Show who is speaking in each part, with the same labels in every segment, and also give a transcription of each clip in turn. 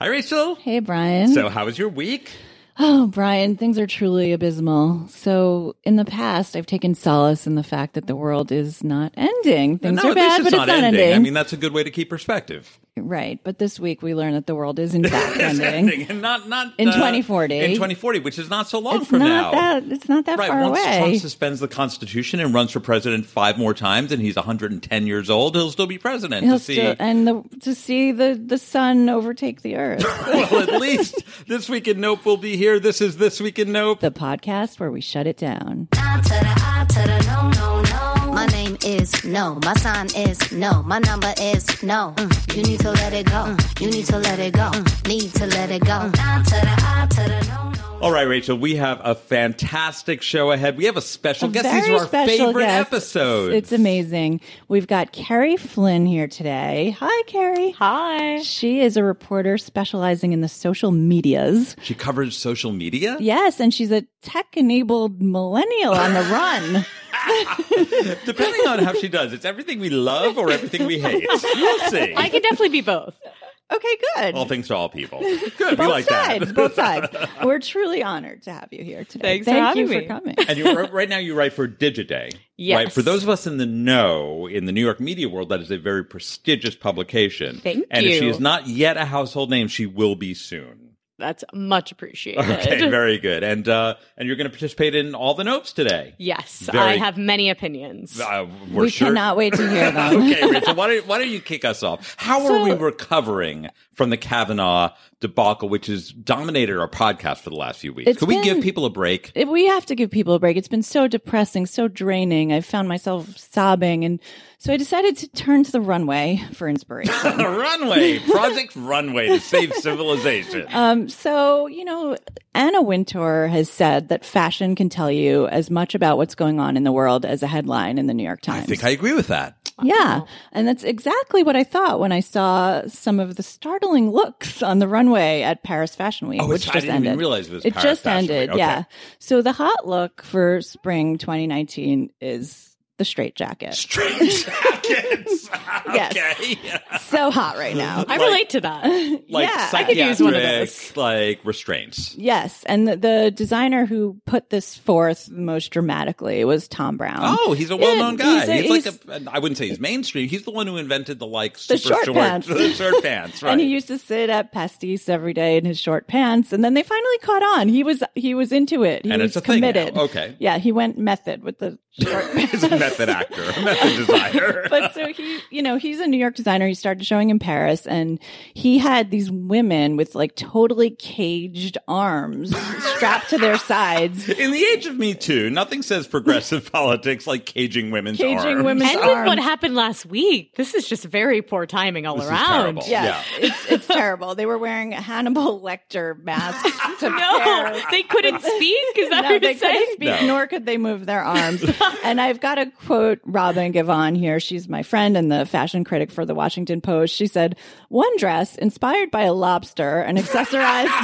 Speaker 1: Hi, Rachel.
Speaker 2: Hey, Brian.
Speaker 1: So, how was your week?
Speaker 2: oh, Brian, things are truly abysmal. So, in the past, I've taken solace in the fact that the world is not ending. Things
Speaker 1: no,
Speaker 2: are
Speaker 1: at least
Speaker 2: bad, but it's not ending.
Speaker 1: I mean, that's a good way to keep perspective.
Speaker 2: right. But this week, we learned that the world is, in fact,
Speaker 1: It's
Speaker 2: ending.
Speaker 1: ending, and not not
Speaker 2: In
Speaker 1: uh,
Speaker 2: 2040.
Speaker 1: In 2040, which is not so long
Speaker 2: It's
Speaker 1: from now.
Speaker 2: not that. It's not that
Speaker 1: Right,
Speaker 2: far
Speaker 1: once
Speaker 2: away.
Speaker 1: Trump suspends the Constitution and runs for president five more times, and he's 110 years old, he'll still be president.
Speaker 2: He'll
Speaker 1: to see,
Speaker 2: still- and the, to see the, the sun overtake the earth.
Speaker 1: well, at least this week in Nope will be here. This is this week in Nope.
Speaker 2: the podcast where we shut it down.
Speaker 3: I to the I to the no no no. My name is no. My sign is no. My number is no. Mm, You need to let it go. Mm, You need to let it go. Mm, Need to let it go. I to the I to the no no.
Speaker 1: All right, Rachel, we have a fantastic show ahead. We have a special
Speaker 2: A
Speaker 1: guest.
Speaker 2: very
Speaker 1: These are our
Speaker 2: special
Speaker 1: favorite
Speaker 2: guest.
Speaker 1: episodes.
Speaker 2: It's amazing. We've got Carrie Flynn here today. Hi, Carrie.
Speaker 4: Hi.
Speaker 2: She is a reporter specializing in the social medias.
Speaker 1: she covers social media.
Speaker 2: Yes, and she's a tech enabled millennial on the run.
Speaker 1: Depending on how she does, it's everything we love or everything we hate. We'll see.
Speaker 4: I could definitely be both.
Speaker 2: Okay, good.
Speaker 1: All things to all people. Good. we
Speaker 2: both
Speaker 1: like
Speaker 2: sides.
Speaker 1: that.
Speaker 2: both sides. We're truly honored to have you here today.
Speaker 4: Thanks for
Speaker 2: Thank you
Speaker 4: having
Speaker 2: for
Speaker 4: me.
Speaker 2: coming.
Speaker 1: and you right now you write for Digiday.
Speaker 4: Yes.
Speaker 1: Right. For those of us in the know in the New York media world, that is a very prestigious publication.
Speaker 4: Thank
Speaker 1: and if she
Speaker 4: you.
Speaker 1: is not yet a household name, she will be soon.
Speaker 4: That's much appreciated.
Speaker 1: Okay, very good. And uh, and you're going to participate in all the notes today.
Speaker 4: yes, I
Speaker 1: Very-
Speaker 4: have many opinions.
Speaker 1: Uh, we're
Speaker 2: we
Speaker 1: sure.
Speaker 2: cannot wait to hear them.
Speaker 1: okay, Rachel, why don't, why don't you kick us off? How are we
Speaker 2: So-
Speaker 1: recovering from the Kavanaugh debacle, which has dominated our podcast for the last few weeks?
Speaker 2: It's
Speaker 1: Could we give
Speaker 2: been-
Speaker 1: people a break?
Speaker 2: It- we have to give people a break. It's been so depressing, so draining. I found myself sobbing. And so I decided to turn to the runway for inspiration.
Speaker 1: runway, Project Runway to save civilization.
Speaker 2: um, so, you know, Anna Wintour has said that fashion can tell you as much about what's going on in the world as a headline in the New York
Speaker 1: I
Speaker 2: Times.
Speaker 1: think I agree with that.
Speaker 2: yeah. And that's exactly what I thought when I saw some of the startling looks on the runway at Paris Fashion Week,
Speaker 1: Oh,
Speaker 2: which
Speaker 1: it's- I
Speaker 2: just
Speaker 1: didn't even
Speaker 2: ended.
Speaker 1: realize it was Paris
Speaker 2: just
Speaker 1: Fashion
Speaker 2: ended.
Speaker 1: Week. Okay.
Speaker 2: Yeah. So the hot look for spring 2019 is the straight jacket.
Speaker 1: Straight jackets.
Speaker 2: Yes.
Speaker 1: Okay.
Speaker 2: so hot right now.
Speaker 4: I relate to that.
Speaker 1: Like
Speaker 2: Yeah, I
Speaker 1: psychiatric,
Speaker 2: could
Speaker 4: use one of those.
Speaker 1: like restraints.
Speaker 2: Yes, and the, the designer who put this forth most dramatically was Tom Brown.
Speaker 1: Oh, he's a
Speaker 2: Yeah,
Speaker 1: well-known guy.
Speaker 2: he's a-
Speaker 1: He's,
Speaker 2: he's-
Speaker 1: like a, I wouldn't say he's mainstream. He's the one who invented the like
Speaker 2: The
Speaker 1: super
Speaker 2: short pants.
Speaker 1: the short pants, right?
Speaker 2: And he used to sit at Pastis every day in his short pants, and then they finally caught on. He was he was into it. He
Speaker 1: And
Speaker 2: was
Speaker 1: it's a thing now.
Speaker 2: committed.
Speaker 1: Okay.
Speaker 2: yeah, he went method with the short pants.
Speaker 1: He's a method actor, a method designer.
Speaker 2: but so he, you know, he's a New York designer. He started showing in Paris, and he had these women with like totally caged arms strapped to their sides,
Speaker 1: in the age of Me Too, nothing says progressive politics like caging women's
Speaker 2: Caging
Speaker 1: arms.
Speaker 2: women's
Speaker 4: and with
Speaker 2: arms.
Speaker 4: what happened last week, this is just very poor timing all
Speaker 1: This is
Speaker 4: around.
Speaker 1: terrible.
Speaker 2: Yes, it's it's terrible. They were wearing Hannibal Lecter masks to
Speaker 4: No,
Speaker 2: pair.
Speaker 4: Oh, they couldn't speak. Is that
Speaker 2: No,
Speaker 4: what
Speaker 2: they
Speaker 4: you're
Speaker 2: couldn't
Speaker 4: saying?
Speaker 2: speak,
Speaker 1: No.
Speaker 2: nor could they move their arms. and I've got to quote Robin Givon here. She's my friend and the fashion critic for the Washington Post. She said, "One dress inspired by a lobster and accessorized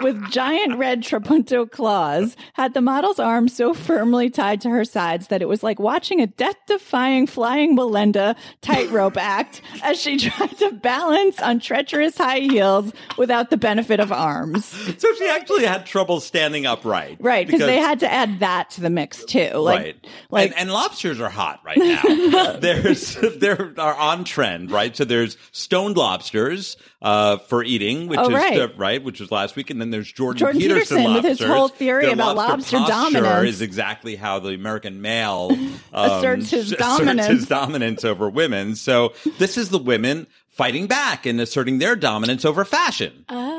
Speaker 2: with giant red trapunto claws had the model's arm so firmly tied to her sides that it was like watching a death-defying flying Belinda tightrope act as she tried to balance on treacherous high heels without the benefit of arms."
Speaker 1: So she actually had trouble standing upright.
Speaker 2: Right, because they had to add that to the mix too. Like,
Speaker 1: right.
Speaker 2: like
Speaker 1: and, and lobsters are hot right now. there's they're are on trend, right? So there's stoned lobsters uh, for eating, which
Speaker 2: Oh,
Speaker 1: is
Speaker 2: right.
Speaker 1: uh, right, which was last week, and then there's Jordan,
Speaker 2: Jordan
Speaker 1: Peterson,
Speaker 2: Peterson with
Speaker 1: lobsters.
Speaker 2: his whole theory
Speaker 1: Their
Speaker 2: about
Speaker 1: lobster,
Speaker 2: lobster
Speaker 1: posture
Speaker 2: dominance.
Speaker 1: is exactly how the American male um,
Speaker 2: Asserts his dominance.
Speaker 1: his dominance over women. So this is the women fighting back and asserting their dominance over fashion.
Speaker 4: Oh.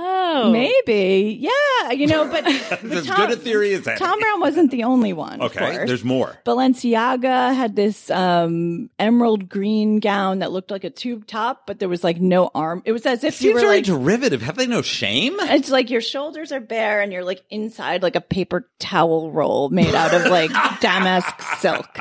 Speaker 2: maybe, yeah, you know. But, but
Speaker 1: As
Speaker 2: Tom,
Speaker 1: good a theory as any.
Speaker 2: Tom Brown wasn't the only one. of
Speaker 1: okay,
Speaker 2: course.
Speaker 1: there's more.
Speaker 2: Balenciaga had this um, emerald green gown that looked like a tube top, but there was like no arm. It was as if you
Speaker 1: Seems
Speaker 2: were
Speaker 1: very
Speaker 2: like.
Speaker 1: derivative. Have they no shame?
Speaker 2: It's like your shoulders are bare and you're like inside like a paper towel roll made out of like damask silk.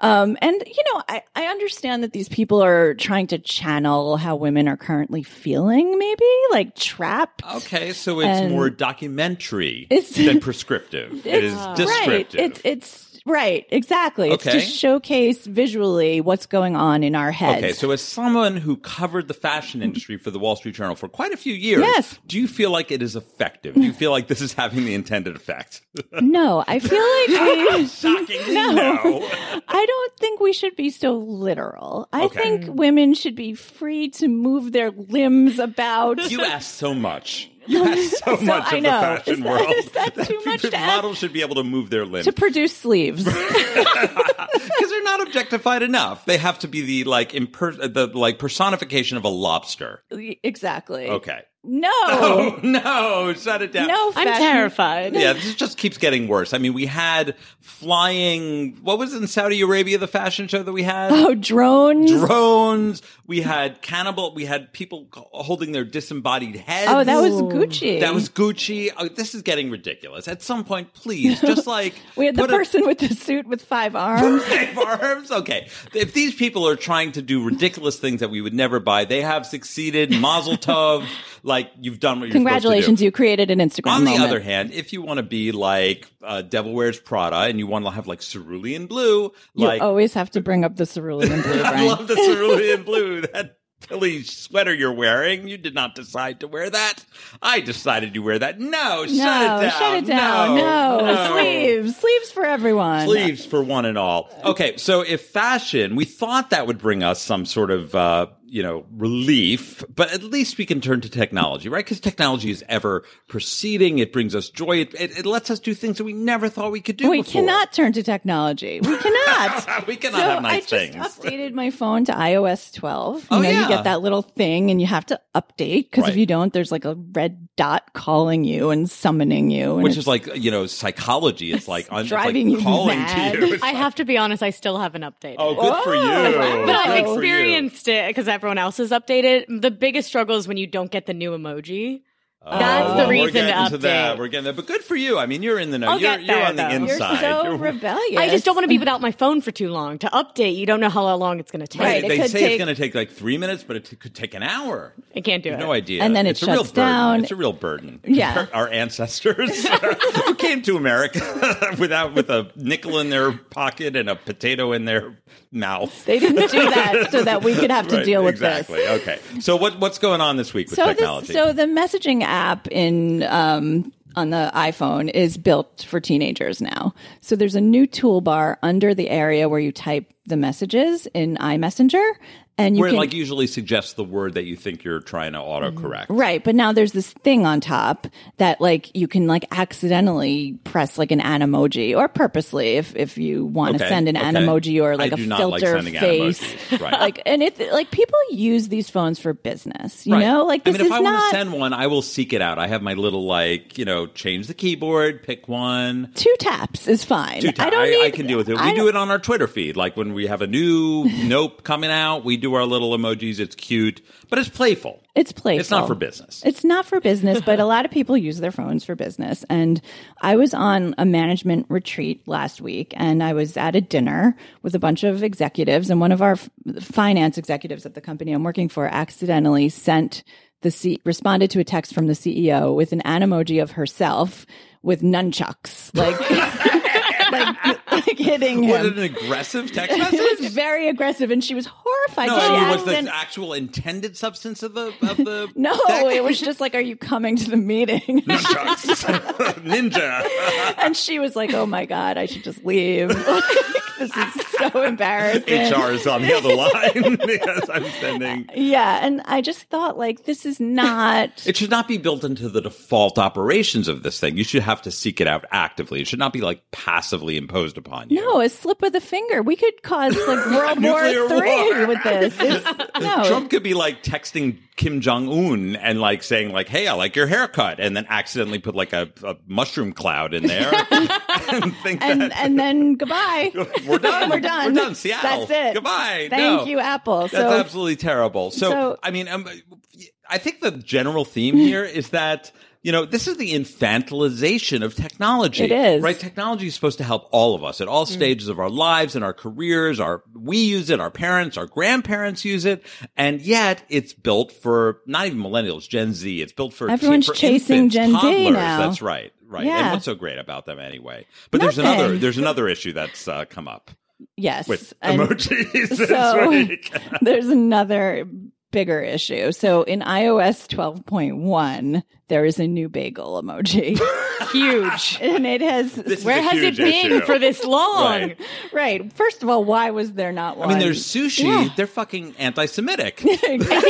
Speaker 2: Um, and you know, I, I understand that these people are trying to channel how women are currently feeling, maybe like trapped.
Speaker 1: Okay, so it's
Speaker 2: And-
Speaker 1: more documentary
Speaker 2: It's-
Speaker 1: than prescriptive. it is
Speaker 2: Right.
Speaker 1: descriptive.
Speaker 2: It's it's Right, exactly.
Speaker 1: Okay.
Speaker 2: It's to showcase visually what's going on in our heads.
Speaker 1: Okay, so as someone who covered the fashion industry for the Wall Street Journal for quite a few years,
Speaker 2: Yes.
Speaker 1: do you feel like it is effective? Do you feel like this is having the intended effect?
Speaker 2: no, I feel like we
Speaker 1: Shockingly,
Speaker 2: No.
Speaker 1: no.
Speaker 2: I don't think we should be so literal. I
Speaker 1: Okay.
Speaker 2: think
Speaker 4: Mm.
Speaker 2: women should be free to move their limbs about.
Speaker 1: You ask so much. You ask so,
Speaker 2: So
Speaker 1: much
Speaker 2: I
Speaker 1: of the
Speaker 2: know.
Speaker 1: fashion
Speaker 2: Is that-
Speaker 1: world.
Speaker 2: is that too much to ask?
Speaker 1: models should be able to move their limbs
Speaker 2: to produce sleeves.
Speaker 1: because they're not objectified enough. They have to be the like imper- the like personification of a lobster.
Speaker 2: exactly.
Speaker 1: Okay.
Speaker 2: No.
Speaker 1: Oh no! Shut it down.
Speaker 2: No,
Speaker 4: I'm
Speaker 2: fashion-
Speaker 4: terrified.
Speaker 1: Yeah, this just keeps getting worse. I mean, we had flying. What was it in Saudi Arabia? The fashion show that we had.
Speaker 2: Oh, drones.
Speaker 1: Drones. We had cannibal. We had people holding their disembodied heads.
Speaker 2: oh, that was Gucci.
Speaker 1: That was Gucci. Oh, this is getting ridiculous. At some point, please, just like
Speaker 2: We had the
Speaker 1: put a-
Speaker 2: person with the suit with five arms.
Speaker 1: Five arms. Okay, if these people are trying to do ridiculous things that we would never buy, they have succeeded. Mazel tov! Like you've done what you're supposed
Speaker 2: Congratulations,
Speaker 1: to do.
Speaker 2: you created an Instagram.
Speaker 1: On the
Speaker 2: moment.
Speaker 1: other hand, if you want to be like uh, Devil Wears Prada and you want to have like cerulean blue,
Speaker 2: you
Speaker 1: like
Speaker 2: always have to bring up the cerulean blue.
Speaker 1: I
Speaker 2: Brian.
Speaker 1: love the cerulean blue. That Philly sweater you're wearing. You did not decide to wear that. I decided you wear that. No, shut it
Speaker 2: no,
Speaker 1: down.
Speaker 2: shut it down. No, sleeves, sleeves for everyone.
Speaker 1: Sleeves for one and all. Okay, so if fashion, we thought that would bring us some sort of, uh, you know, relief, but at least we can turn to technology, right? Because technology is ever proceeding. It brings us joy. It, it, it lets us do things that we never thought we could do.
Speaker 2: We
Speaker 1: before.
Speaker 2: cannot turn to technology. We cannot.
Speaker 1: We cannot
Speaker 2: so
Speaker 1: have nice
Speaker 2: I just
Speaker 1: things.
Speaker 2: updated my phone to iOS 12. You
Speaker 1: Oh,
Speaker 2: know,
Speaker 1: yeah.
Speaker 2: you get that little thing and you have to update because
Speaker 1: Right.
Speaker 2: if you don't, there's like a red dot calling you and summoning you. And
Speaker 1: Which
Speaker 2: it's-
Speaker 1: is like you know psychology. It's like I'm
Speaker 2: Driving
Speaker 1: it's
Speaker 2: you
Speaker 1: like calling
Speaker 2: mad.
Speaker 1: to you.
Speaker 4: I have to be honest, I still haven't updated.
Speaker 1: Oh, good for you!
Speaker 2: Oh.
Speaker 4: But
Speaker 1: Good
Speaker 4: I've
Speaker 1: for you.
Speaker 4: experienced it because everyone else has updated. The biggest struggle is when you don't get the new emoji. That's
Speaker 1: Oh,
Speaker 4: the
Speaker 1: we're
Speaker 4: reason
Speaker 1: getting
Speaker 4: to
Speaker 1: to that.
Speaker 4: update.
Speaker 1: We're getting there, but good for you. I mean, you're in the know.
Speaker 4: I'll
Speaker 1: you're
Speaker 4: get
Speaker 1: you're
Speaker 4: there,
Speaker 1: on the
Speaker 4: though.
Speaker 2: you're
Speaker 1: inside.
Speaker 2: so
Speaker 1: You're-
Speaker 2: rebellious.
Speaker 4: I just don't want to be without my phone for too long to update. You don't know how long it's going to take.
Speaker 2: Right, it
Speaker 1: they
Speaker 2: could
Speaker 1: say it's
Speaker 2: take-
Speaker 1: going to take like three minutes, but it t- could take an hour.
Speaker 4: I can't do
Speaker 1: You
Speaker 4: it.
Speaker 1: have no idea.
Speaker 2: And then it
Speaker 1: it's a real
Speaker 2: shuts down.
Speaker 1: Burden. It's a real burden.
Speaker 2: Yeah.
Speaker 1: our ancestors who came to America without with a nickel in their pocket and a potato in their mouth.
Speaker 2: They didn't do that so that we could have to
Speaker 1: Right,
Speaker 2: deal with
Speaker 1: exactly.
Speaker 2: this.
Speaker 1: Okay. So what what's going on this week with
Speaker 2: So
Speaker 1: technology?
Speaker 2: this, so the messaging app in um, on the iPhone is built for teenagers now. So there's a new toolbar under the area where you type the messages in iMessenger, and you
Speaker 1: Where it
Speaker 2: can
Speaker 1: like usually suggests the word that you think you're trying to autocorrect.
Speaker 2: Right, but now there's this thing on top that like you can like accidentally press like an an emoji or purposely if if you want to
Speaker 1: Okay,
Speaker 2: send an
Speaker 1: okay.
Speaker 2: an emoji or like
Speaker 1: I
Speaker 2: a
Speaker 1: do not like
Speaker 2: filter
Speaker 1: sending
Speaker 2: face.
Speaker 1: animojis, right.
Speaker 2: Like and it like people use these phones for business, you
Speaker 1: Right.
Speaker 2: know? Like this
Speaker 1: I mean, if
Speaker 2: is
Speaker 1: I
Speaker 2: not
Speaker 1: want to send one, I will seek it out. I have my little like, you know, change the keyboard, pick one.
Speaker 2: two taps is fine.
Speaker 1: Two tap-
Speaker 2: I don't need
Speaker 1: I can deal with it. We
Speaker 2: I
Speaker 1: do
Speaker 2: don't-
Speaker 1: it on our Twitter feed. Like when we have a new nope coming out, we do our little emojis. It's cute, but it's playful.
Speaker 2: It's playful.
Speaker 1: It's not for business.
Speaker 2: It's not for business, but a lot of people use their phones for business. And I was on a management retreat last week and I was at a dinner with a bunch of executives. And one of our f- finance executives at the company I'm working for accidentally sent the C- responded to a text from the CEO with an emoji of herself with nunchucks, like, like, like hitting him.
Speaker 1: What an aggressive text
Speaker 2: it
Speaker 1: message.
Speaker 2: was very aggressive, and she was horrified.
Speaker 1: No,
Speaker 2: she
Speaker 1: I mean, was
Speaker 2: accident-
Speaker 1: the actual intended substance of the of the
Speaker 2: no,
Speaker 1: text?
Speaker 2: it was just like, "Are you coming to the meeting?"
Speaker 1: ninja.
Speaker 2: and she was like, "Oh my god, I should just leave. Like, this is so embarrassing."
Speaker 1: HR is on the other line. yes, I'm sending.
Speaker 2: Yeah, and I just thought like this is not
Speaker 1: It should not be built into the default operations of this thing. You should have to seek it out actively. It should not be like passively imposed upon you.
Speaker 2: no a slip of the finger. We could cause like World War
Speaker 1: Nuclear
Speaker 2: Three
Speaker 1: war.
Speaker 2: with this. It's- no,
Speaker 1: Trump could be like texting Kim Jong Un and like saying like, "Hey, I like your haircut," and then accidentally put like a, a mushroom cloud in there and think
Speaker 2: and
Speaker 1: that
Speaker 2: and then goodbye.
Speaker 1: we're done.
Speaker 2: We're done.
Speaker 1: We're done. Seattle.
Speaker 2: That's it.
Speaker 1: Goodbye.
Speaker 2: Thank
Speaker 1: No.
Speaker 2: you, Apple.
Speaker 1: That's
Speaker 2: so
Speaker 1: absolutely terrible. So,
Speaker 2: So-
Speaker 1: I mean, um, I think the general theme here is that you know this is the infantilization of technology.
Speaker 2: It is. Mm.
Speaker 1: right. Technology is supposed to help all of us at all stages of our lives and our careers. Our we use it. Our parents, our grandparents use it, and yet it's built for not even millennials, Gen Z. It's built for
Speaker 2: Everyone's
Speaker 1: for
Speaker 2: chasing
Speaker 1: infants,
Speaker 2: Gen Z
Speaker 1: toddlers.
Speaker 2: now.
Speaker 1: That's right. right?
Speaker 2: Yeah.
Speaker 1: And what's so great about them anyway? But there's
Speaker 2: Nothing.
Speaker 1: another there's another issue that's uh, come up
Speaker 2: Yes.
Speaker 1: with
Speaker 2: and-
Speaker 1: emojis this
Speaker 2: so-
Speaker 1: week.
Speaker 2: There's another bigger issue. So in iOS 12.1, there is a new bagel emoji.
Speaker 4: Huge.
Speaker 2: and it has,
Speaker 1: This-
Speaker 4: Where
Speaker 1: a
Speaker 4: has it
Speaker 1: huge
Speaker 4: been
Speaker 1: issue.
Speaker 4: for this long?
Speaker 1: Right.
Speaker 2: right. First of all, why was there not
Speaker 1: I
Speaker 2: one?
Speaker 1: mean, there's sushi.
Speaker 2: Yeah.
Speaker 1: They're fucking anti-Semitic.
Speaker 4: I think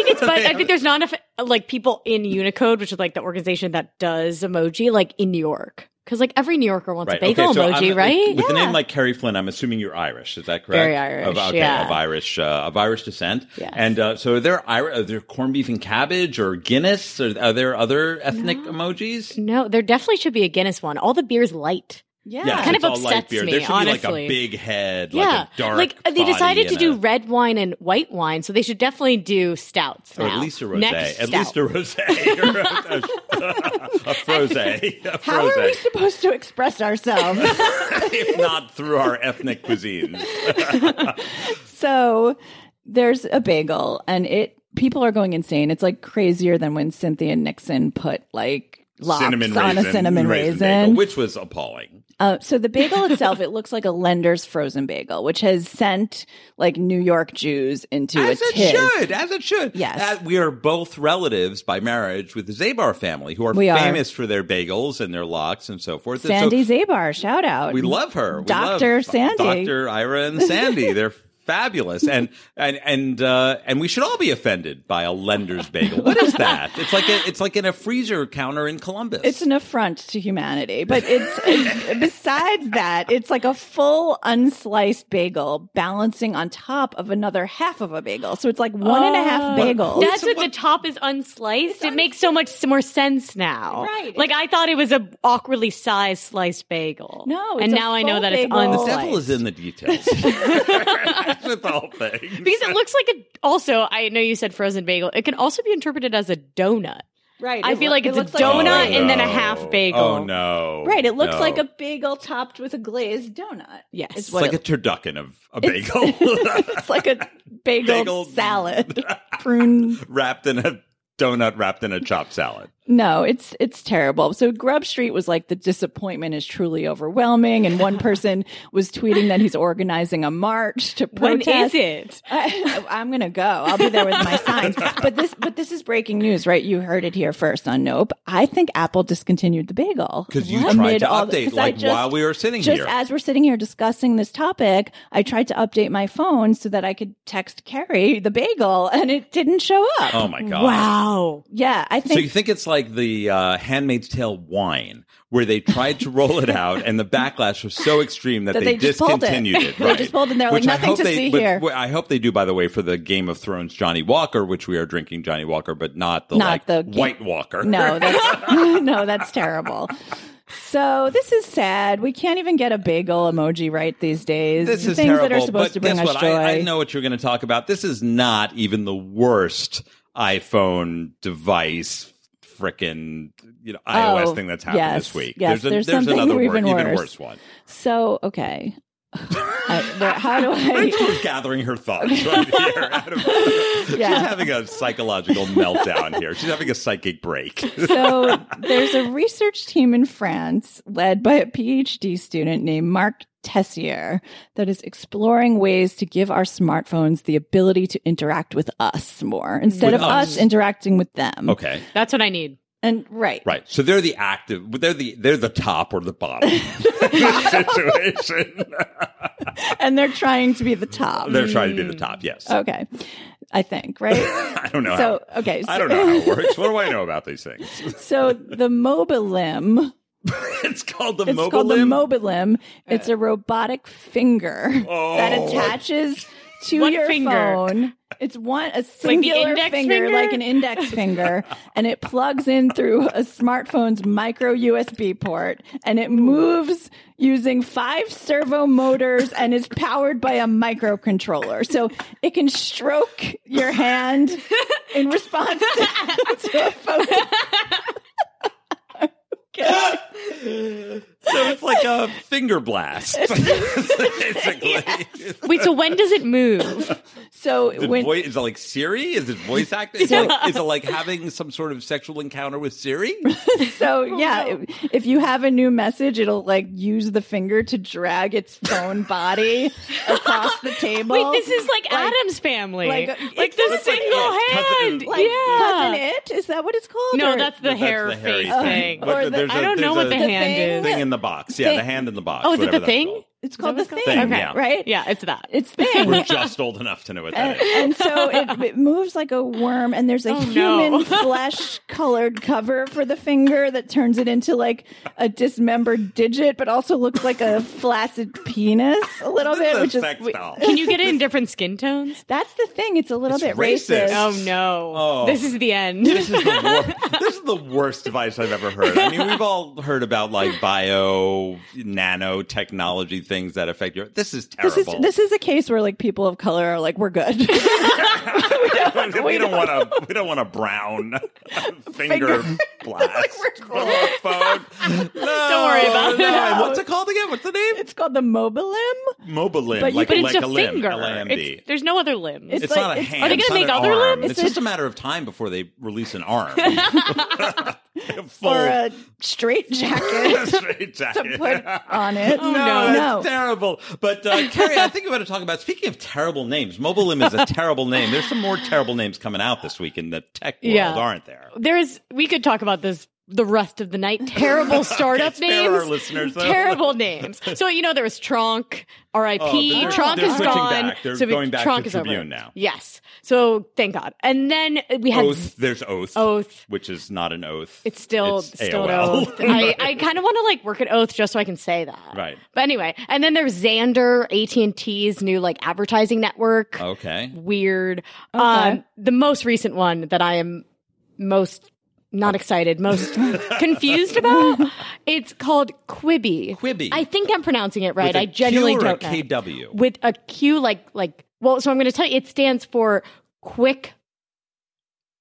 Speaker 4: it's, but I think there's not enough like people in Unicode, which is like the organization that does emoji, like in New York, because like every New Yorker wants a bagel
Speaker 1: so
Speaker 4: emoji,
Speaker 1: I'm- uh,
Speaker 4: right?
Speaker 1: With a
Speaker 2: Yeah.
Speaker 1: name like Carrie Flynn, I'm assuming you're Irish. Is that correct?
Speaker 4: Very Irish,
Speaker 1: Of, okay,
Speaker 4: yeah.
Speaker 1: of Irish, uh, of Irish descent.
Speaker 2: Yes.
Speaker 1: And uh, so, are there Ir- are there corned beef and cabbage or Guinness? Or are there other ethnic emojis?
Speaker 4: No, there definitely should be a Guinness one. All the beer's light.
Speaker 2: yeah.
Speaker 1: Yes,
Speaker 4: Kind
Speaker 1: it's
Speaker 4: of
Speaker 1: all light
Speaker 4: upsets
Speaker 1: beer.
Speaker 4: me,
Speaker 1: there should be like
Speaker 4: honestly.
Speaker 1: a big head,
Speaker 4: yeah,
Speaker 1: like a dark.
Speaker 4: like they
Speaker 1: body
Speaker 4: decided to
Speaker 1: and
Speaker 4: do
Speaker 1: a-
Speaker 4: red wine and white wine, so they should definitely do stouts
Speaker 1: or
Speaker 4: now.
Speaker 1: at least a rosé,
Speaker 4: Next
Speaker 1: at
Speaker 4: stout.
Speaker 1: least a rosé, or a, a, a frosé, a
Speaker 2: How are we
Speaker 1: frosé,
Speaker 2: supposed to express ourselves?
Speaker 1: if not through our ethnic cuisines.
Speaker 2: so there's a bagel and it people are going insane. It's like crazier than when Cynthia Nixon put like lox
Speaker 1: cinnamon
Speaker 2: on
Speaker 1: raisin,
Speaker 2: a cinnamon
Speaker 1: raisin,
Speaker 2: raisin.
Speaker 1: bagel, which was appalling.
Speaker 2: Uh, so the bagel itself, it looks like a lender's frozen bagel, which has sent like New York Jews into
Speaker 1: As
Speaker 2: a
Speaker 1: it
Speaker 2: tiz.
Speaker 1: should, as it should.
Speaker 2: Yes.
Speaker 1: Uh, we are both relatives by marriage with the Zabar family, who are
Speaker 2: We are.
Speaker 1: famous for their bagels and their locks and so forth. And so
Speaker 2: Sandy Zabar, shout out.
Speaker 1: we love her. We
Speaker 2: Dr.
Speaker 1: love
Speaker 2: Sandy.
Speaker 1: Dr. Ira and Sandy. They're fabulous. And and and uh, and we should all be offended by a lender's bagel. What is that? It's like a, it's like in a freezer counter in Columbus.
Speaker 2: It's an affront to humanity, but it's, it's besides that, it's like a full unsliced bagel balancing on top of another half of a bagel. So it's like one and a
Speaker 4: Oh.
Speaker 2: half bagels.
Speaker 4: That's
Speaker 1: So
Speaker 4: what,
Speaker 1: what-
Speaker 4: the top is unsliced. it makes so much more sense now.
Speaker 2: Right.
Speaker 4: Like I thought it was a awkwardly sized sliced bagel.
Speaker 2: No, it's
Speaker 4: and
Speaker 2: a
Speaker 4: now I know
Speaker 2: full
Speaker 4: that it's
Speaker 2: bagel. The
Speaker 1: the
Speaker 4: unsliced.
Speaker 1: devil is in the details. That's with all things.
Speaker 4: because it looks like a also, I know you said frozen bagel. It can also be interpreted as a donut.
Speaker 2: Right.
Speaker 4: I
Speaker 2: It
Speaker 4: feel
Speaker 2: loo-
Speaker 4: like
Speaker 2: it
Speaker 4: it's a
Speaker 2: looks like-
Speaker 4: donut
Speaker 1: Oh,
Speaker 4: and then a
Speaker 1: no.
Speaker 4: half bagel.
Speaker 1: Oh no!
Speaker 2: Right. It looks
Speaker 1: No.
Speaker 2: like a bagel topped with a glazed donut.
Speaker 4: Yes.
Speaker 2: Is
Speaker 1: It's
Speaker 2: what
Speaker 1: like
Speaker 2: it
Speaker 1: a turducken of a bagel
Speaker 2: it's like a bagel,
Speaker 1: Bagel.
Speaker 2: salad. Prune.
Speaker 1: wrapped in a donut wrapped in a chopped salad.
Speaker 2: No, it's it's terrible. So Grub Street was like the disappointment is truly overwhelming, and one person was tweeting that he's organizing a march to
Speaker 4: When
Speaker 2: protest.
Speaker 4: is it?
Speaker 2: I, I'm gonna go. I'll be there with my signs. But this but this is breaking news, right? You heard it here first on Nope. I think Apple discontinued the bagel
Speaker 1: Because you
Speaker 2: What?
Speaker 1: tried
Speaker 2: Amid
Speaker 1: to
Speaker 2: all the-
Speaker 1: update
Speaker 2: 'cause I
Speaker 1: like
Speaker 2: just-
Speaker 1: while we were sitting
Speaker 2: just
Speaker 1: here.
Speaker 2: as we're sitting here discussing this topic, I tried to update my phone so that I could text Carrie the bagel, and it didn't show up.
Speaker 1: oh my god!
Speaker 4: Wow.
Speaker 2: Yeah, I
Speaker 1: So you
Speaker 2: think
Speaker 1: think it's like the uh, Handmaid's Tale wine, where they tried to roll it out, and the backlash was so extreme that,
Speaker 2: That
Speaker 1: they,
Speaker 2: they just pulled it.
Speaker 1: discontinued it.
Speaker 2: They
Speaker 1: Right.
Speaker 2: just pulled it and they're like,
Speaker 1: Which I
Speaker 2: "Nothing
Speaker 1: hope
Speaker 2: to
Speaker 1: they-
Speaker 2: see
Speaker 1: but-
Speaker 2: here."
Speaker 1: wh- I hope they do, by the way, for the Game of Thrones Johnny Walker, which we are drinking Johnny Walker, but not the
Speaker 2: Not
Speaker 1: like
Speaker 2: the Ga-
Speaker 1: White Walker.
Speaker 2: no, that's no, that's terrible. So this is sad. We can't even get a bagel emoji right these days.
Speaker 1: This is
Speaker 2: Things
Speaker 1: terrible.
Speaker 2: that are supposed
Speaker 1: but
Speaker 2: to bring
Speaker 1: guess
Speaker 2: us
Speaker 1: what?
Speaker 2: joy.
Speaker 1: I, I know what you're going to talk about. This is not even the worst iPhone device, frickin' you know iOS
Speaker 2: Oh,
Speaker 1: thing that's happened
Speaker 2: yes,
Speaker 1: this week.
Speaker 2: yes, there's something
Speaker 1: another
Speaker 2: even
Speaker 1: wor- even
Speaker 2: worse.
Speaker 1: worse one.
Speaker 2: So okay, I, but how do I?
Speaker 1: Rachel's gathering her thoughts right here. Out of, She's
Speaker 2: Yeah.
Speaker 1: having a psychological meltdown here. She's having a psychic break.
Speaker 2: So there's a research team in France led by a PhD student named Marc Tessier that is exploring ways to give our smartphones the ability to interact with us more instead
Speaker 1: With
Speaker 2: of
Speaker 1: us.
Speaker 2: us. interacting with them.
Speaker 1: Okay,
Speaker 4: That's what I need.
Speaker 2: And right.
Speaker 1: right. So they're the active. They're the they're the top or the bottom situation.
Speaker 2: And they're trying to be the top.
Speaker 1: they're trying to be the top. Yes.
Speaker 2: okay. I think, right?
Speaker 1: I don't know. how.
Speaker 2: Oh. so okay. So,
Speaker 1: I don't know how it works. What do I know about these things?
Speaker 2: So the Mobilim
Speaker 1: it's called the
Speaker 2: It's
Speaker 1: mobile
Speaker 2: called
Speaker 1: limb.
Speaker 2: the Mobilim. It's a robotic finger
Speaker 1: Oh.
Speaker 2: that attaches to
Speaker 4: One
Speaker 2: your
Speaker 4: finger.
Speaker 2: phone. It's one a singular
Speaker 4: index
Speaker 2: finger,
Speaker 4: finger?
Speaker 2: like an index finger, and it plugs in through a smartphone's micro USB port, and it moves using five servo motors and is powered by a microcontroller. So it can stroke your hand in response to, to a phone.
Speaker 1: so it's like a finger blast, basically.
Speaker 4: Wait, so when does it move?
Speaker 2: So
Speaker 1: Is it,
Speaker 2: when
Speaker 1: voice, is it like Siri? Is it voice acting? Is, it like, is it like having some sort of sexual encounter with Siri?
Speaker 2: so yeah, if, if you have a new message, it'll like use the finger to drag its phone body across the table.
Speaker 4: Wait, this is like, Adam's family.
Speaker 2: like,
Speaker 4: Like,
Speaker 2: uh, it's
Speaker 4: the
Speaker 2: almost like
Speaker 4: single
Speaker 1: it. Cousin-
Speaker 4: hand.
Speaker 2: like
Speaker 4: yeah.
Speaker 2: cousin it. Is that what it's called?
Speaker 4: No,
Speaker 2: Or-
Speaker 4: that's the
Speaker 1: That's
Speaker 4: hair
Speaker 1: the hairy
Speaker 4: face
Speaker 1: thing.
Speaker 4: thing.
Speaker 2: Or
Speaker 1: But
Speaker 2: the-
Speaker 1: there's
Speaker 4: I
Speaker 1: a-
Speaker 4: don't know
Speaker 1: there's
Speaker 4: what the
Speaker 1: a
Speaker 4: hand
Speaker 1: thing
Speaker 4: is.
Speaker 1: in the box. Yeah,
Speaker 2: Thing.
Speaker 1: the hand in the box.
Speaker 4: Oh, is it
Speaker 1: whatever
Speaker 4: the
Speaker 1: that's
Speaker 4: thing?
Speaker 1: called.
Speaker 2: it's called the
Speaker 4: Is that
Speaker 2: thing,
Speaker 4: what
Speaker 1: called?
Speaker 4: Okay.
Speaker 1: Yeah.
Speaker 2: right?
Speaker 4: Yeah, it's that.
Speaker 2: it's thing.
Speaker 1: We're just old enough to know what that
Speaker 2: and,
Speaker 1: is.
Speaker 2: and so it, it moves like a worm, and there's a
Speaker 4: Oh,
Speaker 2: human
Speaker 4: no.
Speaker 2: flesh colored cover for the finger that turns it into like a dismembered digit, but also looks like a flaccid penis a little
Speaker 1: This
Speaker 2: bit, which
Speaker 1: a
Speaker 2: is
Speaker 1: sex
Speaker 2: we-
Speaker 1: doll.
Speaker 4: Can you get it in different skin tones?
Speaker 2: that's the thing. It's a little
Speaker 1: It's
Speaker 2: bit
Speaker 1: racist.
Speaker 2: racist.
Speaker 1: Oh,
Speaker 4: Oh no.
Speaker 1: Oh.
Speaker 4: This is the end.
Speaker 1: This is, the wor- this is the worst device I've ever heard. I mean, we've all heard about like bio nanotechnology things that affect your. This is terrible.
Speaker 2: This is this is a case where like people of color are like we're good.
Speaker 1: we don't want to. We don't want a brown finger blast. Phone. No, don't
Speaker 4: worry about it.
Speaker 1: What's it called again? What's the name?
Speaker 2: it's called the mobilim.
Speaker 1: Mobilim,
Speaker 2: But you-
Speaker 1: like,
Speaker 4: but it's
Speaker 1: like a
Speaker 4: a,
Speaker 1: limb,
Speaker 4: finger.
Speaker 1: L-I-M-B.
Speaker 4: It's- there's no other limbs.
Speaker 2: It's-
Speaker 1: It's,
Speaker 2: like-
Speaker 1: not a hand.
Speaker 4: Are they
Speaker 1: it's
Speaker 4: gonna
Speaker 1: not
Speaker 4: make
Speaker 1: an
Speaker 4: other
Speaker 1: arm.
Speaker 4: limbs?
Speaker 1: It's just a matter of time before they release an arm. Full
Speaker 2: or a straight jacket
Speaker 1: straight jacket.
Speaker 2: to put on it.
Speaker 1: no,
Speaker 2: no.
Speaker 1: that's terrible. But uh, Carrie, I think we better talk about. Speaking of terrible names, Mobilim is a terrible name. There's some more terrible names coming out this week in the tech world,
Speaker 4: Yeah.
Speaker 1: aren't there?
Speaker 4: there's we could talk about this the rest of the night. Terrible startup
Speaker 1: Okay, spare
Speaker 4: names.
Speaker 1: our listeners, though.
Speaker 4: terrible names. So you know there was Tronk, R.I.P.
Speaker 1: Oh, but they're-
Speaker 4: Tronk
Speaker 1: they're
Speaker 4: is
Speaker 1: switching
Speaker 4: gone.
Speaker 1: back. They're
Speaker 4: so we-
Speaker 1: going back
Speaker 4: Tronk
Speaker 1: to
Speaker 4: is over.
Speaker 1: Tribune now. Oh,
Speaker 4: Yes. So thank God. And then we had
Speaker 1: Oath. There's oath.
Speaker 4: Oath.
Speaker 1: which is not an oath.
Speaker 4: It's still
Speaker 1: It's
Speaker 4: still an
Speaker 1: AOL.
Speaker 4: oath. I, I kind of want to like work at oath just so I can say that.
Speaker 1: Right.
Speaker 4: But anyway, and then there's Xander, AT and T's new like advertising network.
Speaker 1: okay.
Speaker 4: Weird. Um, the most recent one that I am most not excited, most confused about. It's called Quibi.
Speaker 1: Quibi.
Speaker 4: I think I'm pronouncing it right.
Speaker 1: With a
Speaker 4: I genuinely
Speaker 1: Q or a
Speaker 4: don't know.
Speaker 1: KW?
Speaker 4: With a Q, like like. Well, so I'm going to tell you. It stands for quick.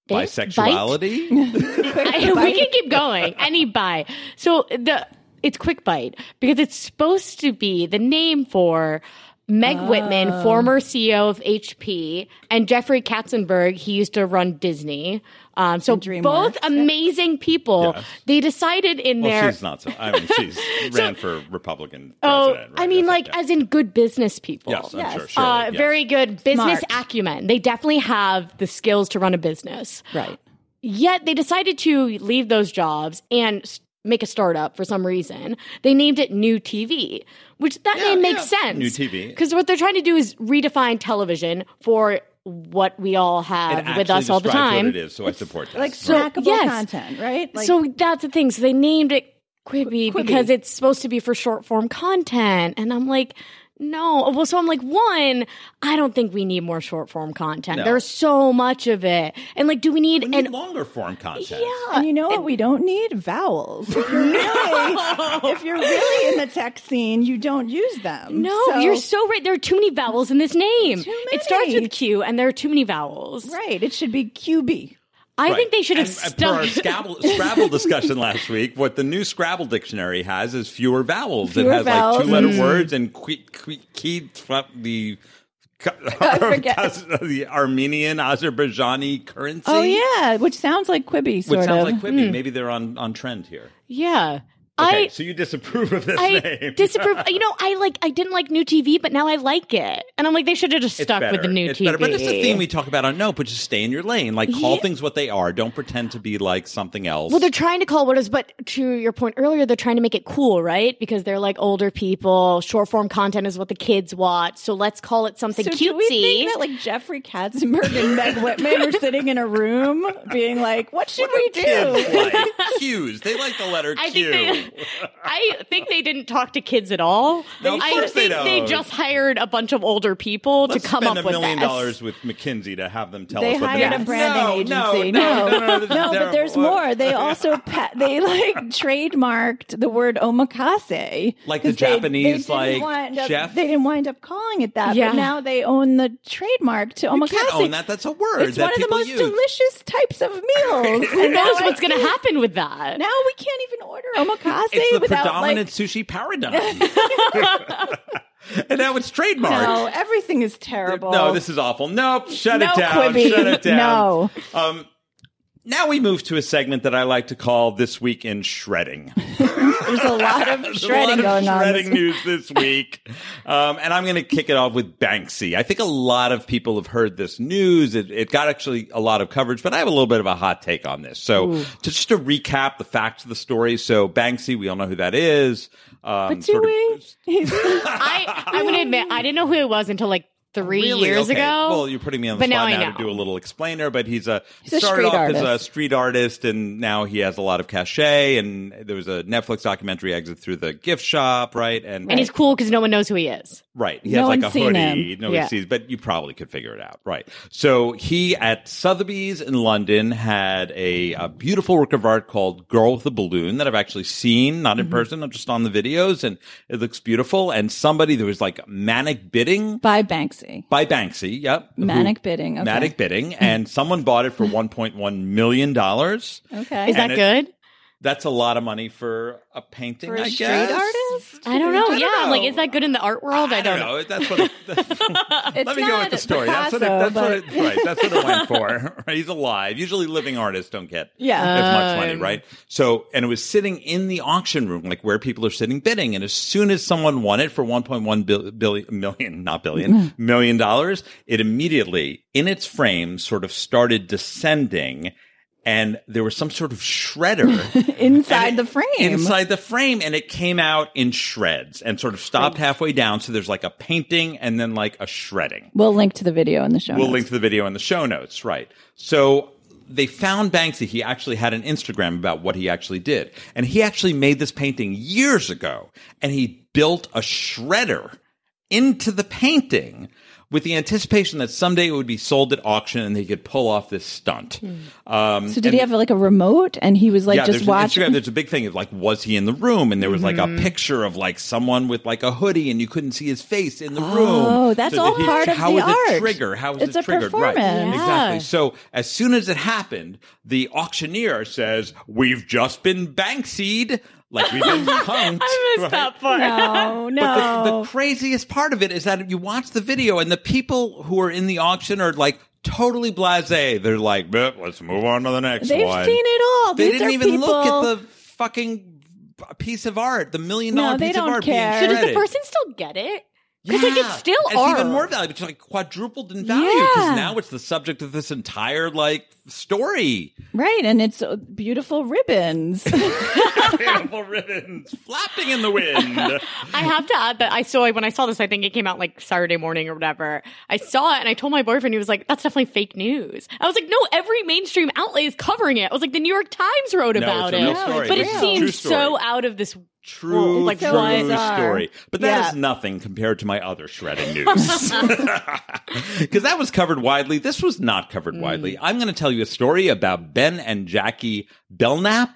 Speaker 4: Bit? Bite?
Speaker 1: Bisexuality.
Speaker 4: I, we can keep going. Any bite. So the it's quick bite because it's supposed to be the name for Meg Whitman,
Speaker 2: Oh.
Speaker 4: former CEO of HP, and Jeffrey Katzenberg. He used to run Disney. Um, so
Speaker 2: DreamWorks,
Speaker 4: both amazing people.
Speaker 1: Yes.
Speaker 4: They decided in
Speaker 1: Well,
Speaker 4: their
Speaker 1: she's not so. I mean, she's ran for Republican.
Speaker 4: oh,
Speaker 1: president,
Speaker 4: I
Speaker 1: right?
Speaker 4: mean,
Speaker 1: think,
Speaker 4: like
Speaker 1: yeah.
Speaker 4: as in good business people.
Speaker 1: yes, I'm sure.
Speaker 2: Yes.
Speaker 1: surely,
Speaker 4: Uh,
Speaker 1: yes.
Speaker 4: Very good business
Speaker 2: Smart.
Speaker 4: acumen. They definitely have the skills to run a business.
Speaker 2: Right.
Speaker 4: Yet they decided to leave those jobs and s- make a startup for some reason. They named it New TV, which that
Speaker 1: Yeah,
Speaker 4: name makes
Speaker 1: yeah.
Speaker 4: sense.
Speaker 1: New TV.
Speaker 4: Because what they're trying to do is redefine television for what we all
Speaker 1: It
Speaker 4: have with
Speaker 1: actually
Speaker 4: us all the
Speaker 1: describes
Speaker 4: time.
Speaker 1: What it is, so I support that.
Speaker 2: Like
Speaker 1: Right.
Speaker 2: snackable
Speaker 4: yes.
Speaker 2: content, right? Like,
Speaker 4: so that's the thing. So they named it Quibi,
Speaker 2: Quibi.
Speaker 4: because it's supposed to be for short form content. And I'm like, no. Well, so I'm like, one, I don't think we need more short form content.
Speaker 1: No.
Speaker 4: There's so much of it. And like, do we need
Speaker 1: We
Speaker 4: an
Speaker 1: need longer form content.
Speaker 4: yeah.
Speaker 2: And you know what? we don't need vowels. If you're, really, if you're really in the tech scene, you don't use them.
Speaker 4: No,
Speaker 2: So-
Speaker 4: you're so right. There are too many vowels in this name.
Speaker 2: Too
Speaker 4: It starts
Speaker 2: many.
Speaker 4: with Q, and there are too many vowels.
Speaker 2: right. It should be QB.
Speaker 4: I
Speaker 1: Right.
Speaker 4: think they should have
Speaker 1: And, uh,
Speaker 4: stuck.
Speaker 1: per our Scrabble, Scrabble discussion last week, what the new Scrabble dictionary has is fewer vowels.
Speaker 2: Fewer
Speaker 1: it has
Speaker 2: vowels.
Speaker 1: like two letter words and que- que- key fra- the cu- uh,
Speaker 2: forget.
Speaker 1: the Armenian Azerbaijani currency.
Speaker 2: Oh yeah, which sounds like Quibi, sort
Speaker 1: which sounds
Speaker 2: of.
Speaker 1: like Quibi. Maybe they're on on trend here.
Speaker 4: yeah.
Speaker 1: Okay,
Speaker 4: Hmm. I
Speaker 1: so you disapprove of this
Speaker 4: I
Speaker 1: name?
Speaker 4: disapprove. You know, I like I didn't like new TV, but now I like it, and I'm like they should have just
Speaker 1: It's
Speaker 4: stuck with the
Speaker 1: better.
Speaker 4: new
Speaker 1: it's
Speaker 4: TV.
Speaker 1: Better. But it's the theme we talk about on Nope, which is stay in your lane. Like call
Speaker 4: Yeah.
Speaker 1: things what they are. Don't pretend to be like something else.
Speaker 4: Well, they're trying to call what is, but to your point earlier, they're trying to make it cool, right? Because they're like older people. Short form content is what the kids watch, so let's call it something
Speaker 2: so
Speaker 4: cutesy.
Speaker 2: do we think that like Jeffrey Katzenberg and Meg Whitman are sitting in a room being like, "What should we do?"
Speaker 1: Kids like Q's. They like the letter
Speaker 4: I
Speaker 1: Q.
Speaker 4: think they, I think they didn't talk to kids at all.
Speaker 1: No, of
Speaker 4: I
Speaker 1: course they
Speaker 4: think they,
Speaker 1: don't.
Speaker 4: just hired a bunch of older people
Speaker 1: Let's
Speaker 4: to come
Speaker 1: spend
Speaker 4: up
Speaker 1: a
Speaker 4: with
Speaker 1: million
Speaker 4: this.
Speaker 1: dollars with McKinsey to have them tell
Speaker 2: They
Speaker 1: us what
Speaker 2: hired
Speaker 1: the
Speaker 2: a
Speaker 1: next-
Speaker 2: branding
Speaker 1: no,
Speaker 2: agency.
Speaker 1: No, no, no, no, this is
Speaker 2: no, Oh, but
Speaker 1: terrible.
Speaker 2: there's
Speaker 1: What?
Speaker 2: more. They also pa- they like trademarked the word omakase,
Speaker 1: Like the
Speaker 2: 'Cause they- they
Speaker 1: Japanese,
Speaker 2: didn't
Speaker 1: like,
Speaker 2: wind up-
Speaker 1: chef?
Speaker 2: They didn't wind up calling it that,
Speaker 4: Yeah.
Speaker 2: but now they own the trademark to
Speaker 1: You
Speaker 2: omakase.
Speaker 1: can't own that. That's a word
Speaker 2: It's
Speaker 1: that
Speaker 2: one of the
Speaker 1: people
Speaker 2: most
Speaker 1: use.
Speaker 2: delicious types of meals.
Speaker 4: Who knows what's going to happen with that?
Speaker 2: Now we can't even order omakase
Speaker 1: It's the
Speaker 2: without
Speaker 1: predominant
Speaker 2: like
Speaker 1: sushi paradigm. and now it's trademarked.
Speaker 2: No, everything is terrible.
Speaker 1: No, this is awful. Nope, shut
Speaker 2: No,
Speaker 1: it down.
Speaker 2: Quibi.
Speaker 1: Shut it down.
Speaker 2: No.
Speaker 1: Um, now we move to a segment that I like to call "This Week in Shredding."
Speaker 2: There's a lot of
Speaker 1: There's
Speaker 2: shredding
Speaker 1: a lot of
Speaker 2: going on.
Speaker 1: shredding news this week, um, and I'm going to kick it off with Banksy. I think a lot of people have heard this news. It, it got actually a lot of coverage, but I have a little bit of a hot take on this. So, to, just to recap the facts of the story, so Banksy, we all know who that is. Um,
Speaker 2: Do
Speaker 1: sort of-
Speaker 2: we?
Speaker 4: I I'm gonna admit I didn't know who it was until like three
Speaker 1: Really?
Speaker 4: years
Speaker 1: Okay.
Speaker 4: ago.
Speaker 1: Well, you're putting me on the
Speaker 4: But now
Speaker 1: spot
Speaker 4: I
Speaker 1: now, to
Speaker 4: know.
Speaker 1: do a little explainer, but he's a
Speaker 2: a
Speaker 1: started
Speaker 2: street
Speaker 1: off as a
Speaker 2: artist.
Speaker 1: street artist, and now he has a lot of cachet. And there was a Netflix documentary, "Exit Through the Gift Shop," right? And
Speaker 4: and he's cool because no one knows who he is.
Speaker 1: Right. He
Speaker 2: No
Speaker 1: has like
Speaker 2: one's
Speaker 1: a
Speaker 2: seen
Speaker 1: hoodie.
Speaker 2: him.
Speaker 1: Nobody
Speaker 4: Yeah.
Speaker 1: sees, but you probably could figure it out. Right. So he at Sotheby's in London had a, a beautiful work of art called Girl with a Balloon that I've actually seen, not
Speaker 2: Mm-hmm.
Speaker 1: in person, not just on the videos. And it looks beautiful. And somebody, there was like manic bidding
Speaker 2: By Banksy.
Speaker 1: by Banksy. Yep. who-
Speaker 2: Manic bidding. Okay.
Speaker 1: Manic bidding. And someone bought it for $1.1 million.
Speaker 2: Okay.
Speaker 4: Is
Speaker 1: And
Speaker 4: that
Speaker 1: it-
Speaker 4: good?
Speaker 1: That's a lot of money for a painting,
Speaker 2: for
Speaker 1: I
Speaker 2: a street
Speaker 1: guess.
Speaker 2: artist?
Speaker 4: I don't know.
Speaker 1: I don't
Speaker 4: yeah, I'm like
Speaker 1: know.
Speaker 4: is that good in the art world? I, don't know.
Speaker 1: That's what.
Speaker 2: It's
Speaker 1: Let me go with the story.
Speaker 2: Picasso,
Speaker 1: that's what it,
Speaker 2: but
Speaker 1: that's what it, right. That's what it went for. Right, He's alive. Usually, living artists don't get
Speaker 2: Yeah.
Speaker 1: as much money, right? So, and it was sitting in the auction room, like where people are sitting bidding. And as soon as someone won it for 1.1 bil- billion, million, not billion, million dollars, it immediately in its frame sort of started descending. And there was some sort of shredder
Speaker 2: inside
Speaker 1: and
Speaker 2: the
Speaker 1: it-
Speaker 2: frame.
Speaker 1: Inside the frame. And it came out in shreds and sort of stopped halfway down. So there's like a painting and then like a shredding.
Speaker 2: We'll link to the video in the show.
Speaker 1: We'll
Speaker 2: notes.
Speaker 1: link to the video in the show notes, right? So they found Banksy. He actually had an Instagram about what he actually did. And he actually made this painting years ago and he built a shredder into the painting with the anticipation that someday it would be sold at auction and he could pull off this stunt.
Speaker 2: Hmm.
Speaker 1: Um,
Speaker 2: So did he have like a remote and he was like
Speaker 1: yeah,
Speaker 2: just
Speaker 1: there's
Speaker 2: Mm-hmm.
Speaker 1: an Instagram.
Speaker 2: watching?
Speaker 1: There's a big thing of like, was he in the room? And there was like a picture of like someone with like a hoodie, and you couldn't see his face in the room.
Speaker 2: Oh, that's all
Speaker 1: that he-
Speaker 2: part of
Speaker 1: how
Speaker 2: the
Speaker 1: was it
Speaker 2: art.
Speaker 1: trigger? How was
Speaker 2: It's
Speaker 1: it
Speaker 2: a
Speaker 1: triggered? Right,
Speaker 2: performance.
Speaker 1: exactly. So as soon as it happened, the auctioneer says, "We've just been Banksied, like we've been punked."
Speaker 4: I missed
Speaker 1: right?
Speaker 4: that part.
Speaker 2: No,
Speaker 1: But the,
Speaker 2: no.
Speaker 1: the craziest part of it is that you watch the video and the people who are in the auction are like totally blasé. They're like, "Bleh, "Let's move on to the next
Speaker 2: They've
Speaker 1: one."
Speaker 2: seen it all.
Speaker 1: They
Speaker 2: These
Speaker 1: didn't
Speaker 2: are
Speaker 1: even
Speaker 2: people.
Speaker 1: look at the fucking piece of art, the million dollar
Speaker 2: No, they
Speaker 1: piece
Speaker 2: don't
Speaker 1: of art
Speaker 2: care.
Speaker 1: being
Speaker 4: So does the
Speaker 1: shredded.
Speaker 4: person still get it? Because like it's still
Speaker 1: it's
Speaker 4: art.
Speaker 1: even more valuable. It's like quadrupled in value because
Speaker 2: Yeah.
Speaker 1: now it's the subject of this entire like story.
Speaker 2: Right, and it's uh, beautiful ribbons.
Speaker 1: Beautiful ribbons flapping in the wind.
Speaker 4: I have to add that I saw when I saw this, I think it came out like Saturday morning or whatever. I saw it and I told my boyfriend, he was like, that's definitely fake news. I was like, no, every mainstream outlet is covering it. I was like, the New York Times wrote
Speaker 1: No,
Speaker 4: about
Speaker 1: it's a
Speaker 4: it.
Speaker 1: real
Speaker 2: Yeah,
Speaker 1: story.
Speaker 4: But
Speaker 2: It's
Speaker 4: it
Speaker 2: real.
Speaker 1: True
Speaker 4: seems
Speaker 1: story.
Speaker 4: so out of this.
Speaker 1: True,
Speaker 4: Like,
Speaker 1: true
Speaker 4: so
Speaker 2: bizarre.
Speaker 1: story. But that is
Speaker 2: Yeah.
Speaker 1: nothing compared to my other shredding news. Because that was covered widely. This was not covered
Speaker 2: Mm.
Speaker 1: widely. I'm going to tell you a story about Ben and Jackie Belknap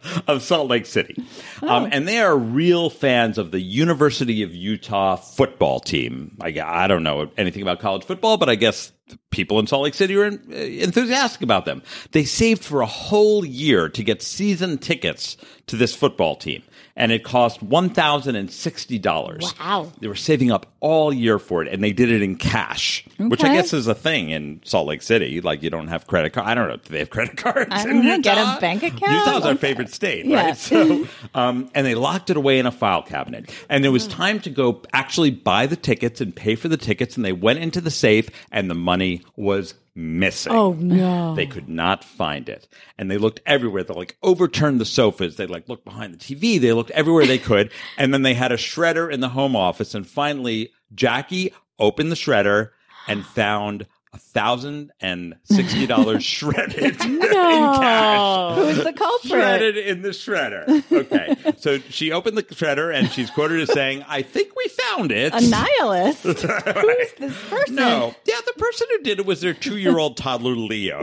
Speaker 1: of Salt Lake City.
Speaker 2: Oh.
Speaker 1: Um, and they are real fans of the University of Utah football team. I, gu- I don't know anything about college football, but I guess people in Salt Lake City are en- uh, enthusiastic about them. They saved for a whole year to get season tickets to this football team. And it cost $1,060.
Speaker 4: Wow.
Speaker 1: They were saving up all year for it, and they did it in cash, which I
Speaker 2: Okay.
Speaker 1: guess is a thing in Salt Lake City. Like, you don't have credit card. I don't know. Do they have credit cards?
Speaker 2: I
Speaker 1: in
Speaker 2: don't know,
Speaker 1: Utah?
Speaker 2: get a bank account?
Speaker 1: Utah's our
Speaker 2: Like-
Speaker 1: favorite state,
Speaker 2: Yeah.
Speaker 1: right? So, um, and they locked it away in a file cabinet. And there was
Speaker 4: Hmm.
Speaker 1: time to go actually buy the tickets and pay for the tickets. And they went into the safe, and the money was missing.
Speaker 4: Oh, no.
Speaker 1: They could not find it. And they looked everywhere. They like overturned the sofas. They like looked behind the TV. They looked everywhere they could. and then they had a shredder in the home office. And finally, Jackie opened the shredder and found a thousand and sixty dollars shredded in cash
Speaker 4: Oh.
Speaker 2: Who's the culprit?
Speaker 1: shredded in the shredder. Okay. so she opened the shredder and she's quoted as saying, I think we found it.
Speaker 2: A nihilist. Who is this person?
Speaker 1: no. Yeah, the person who did it was their two year old toddler Leo.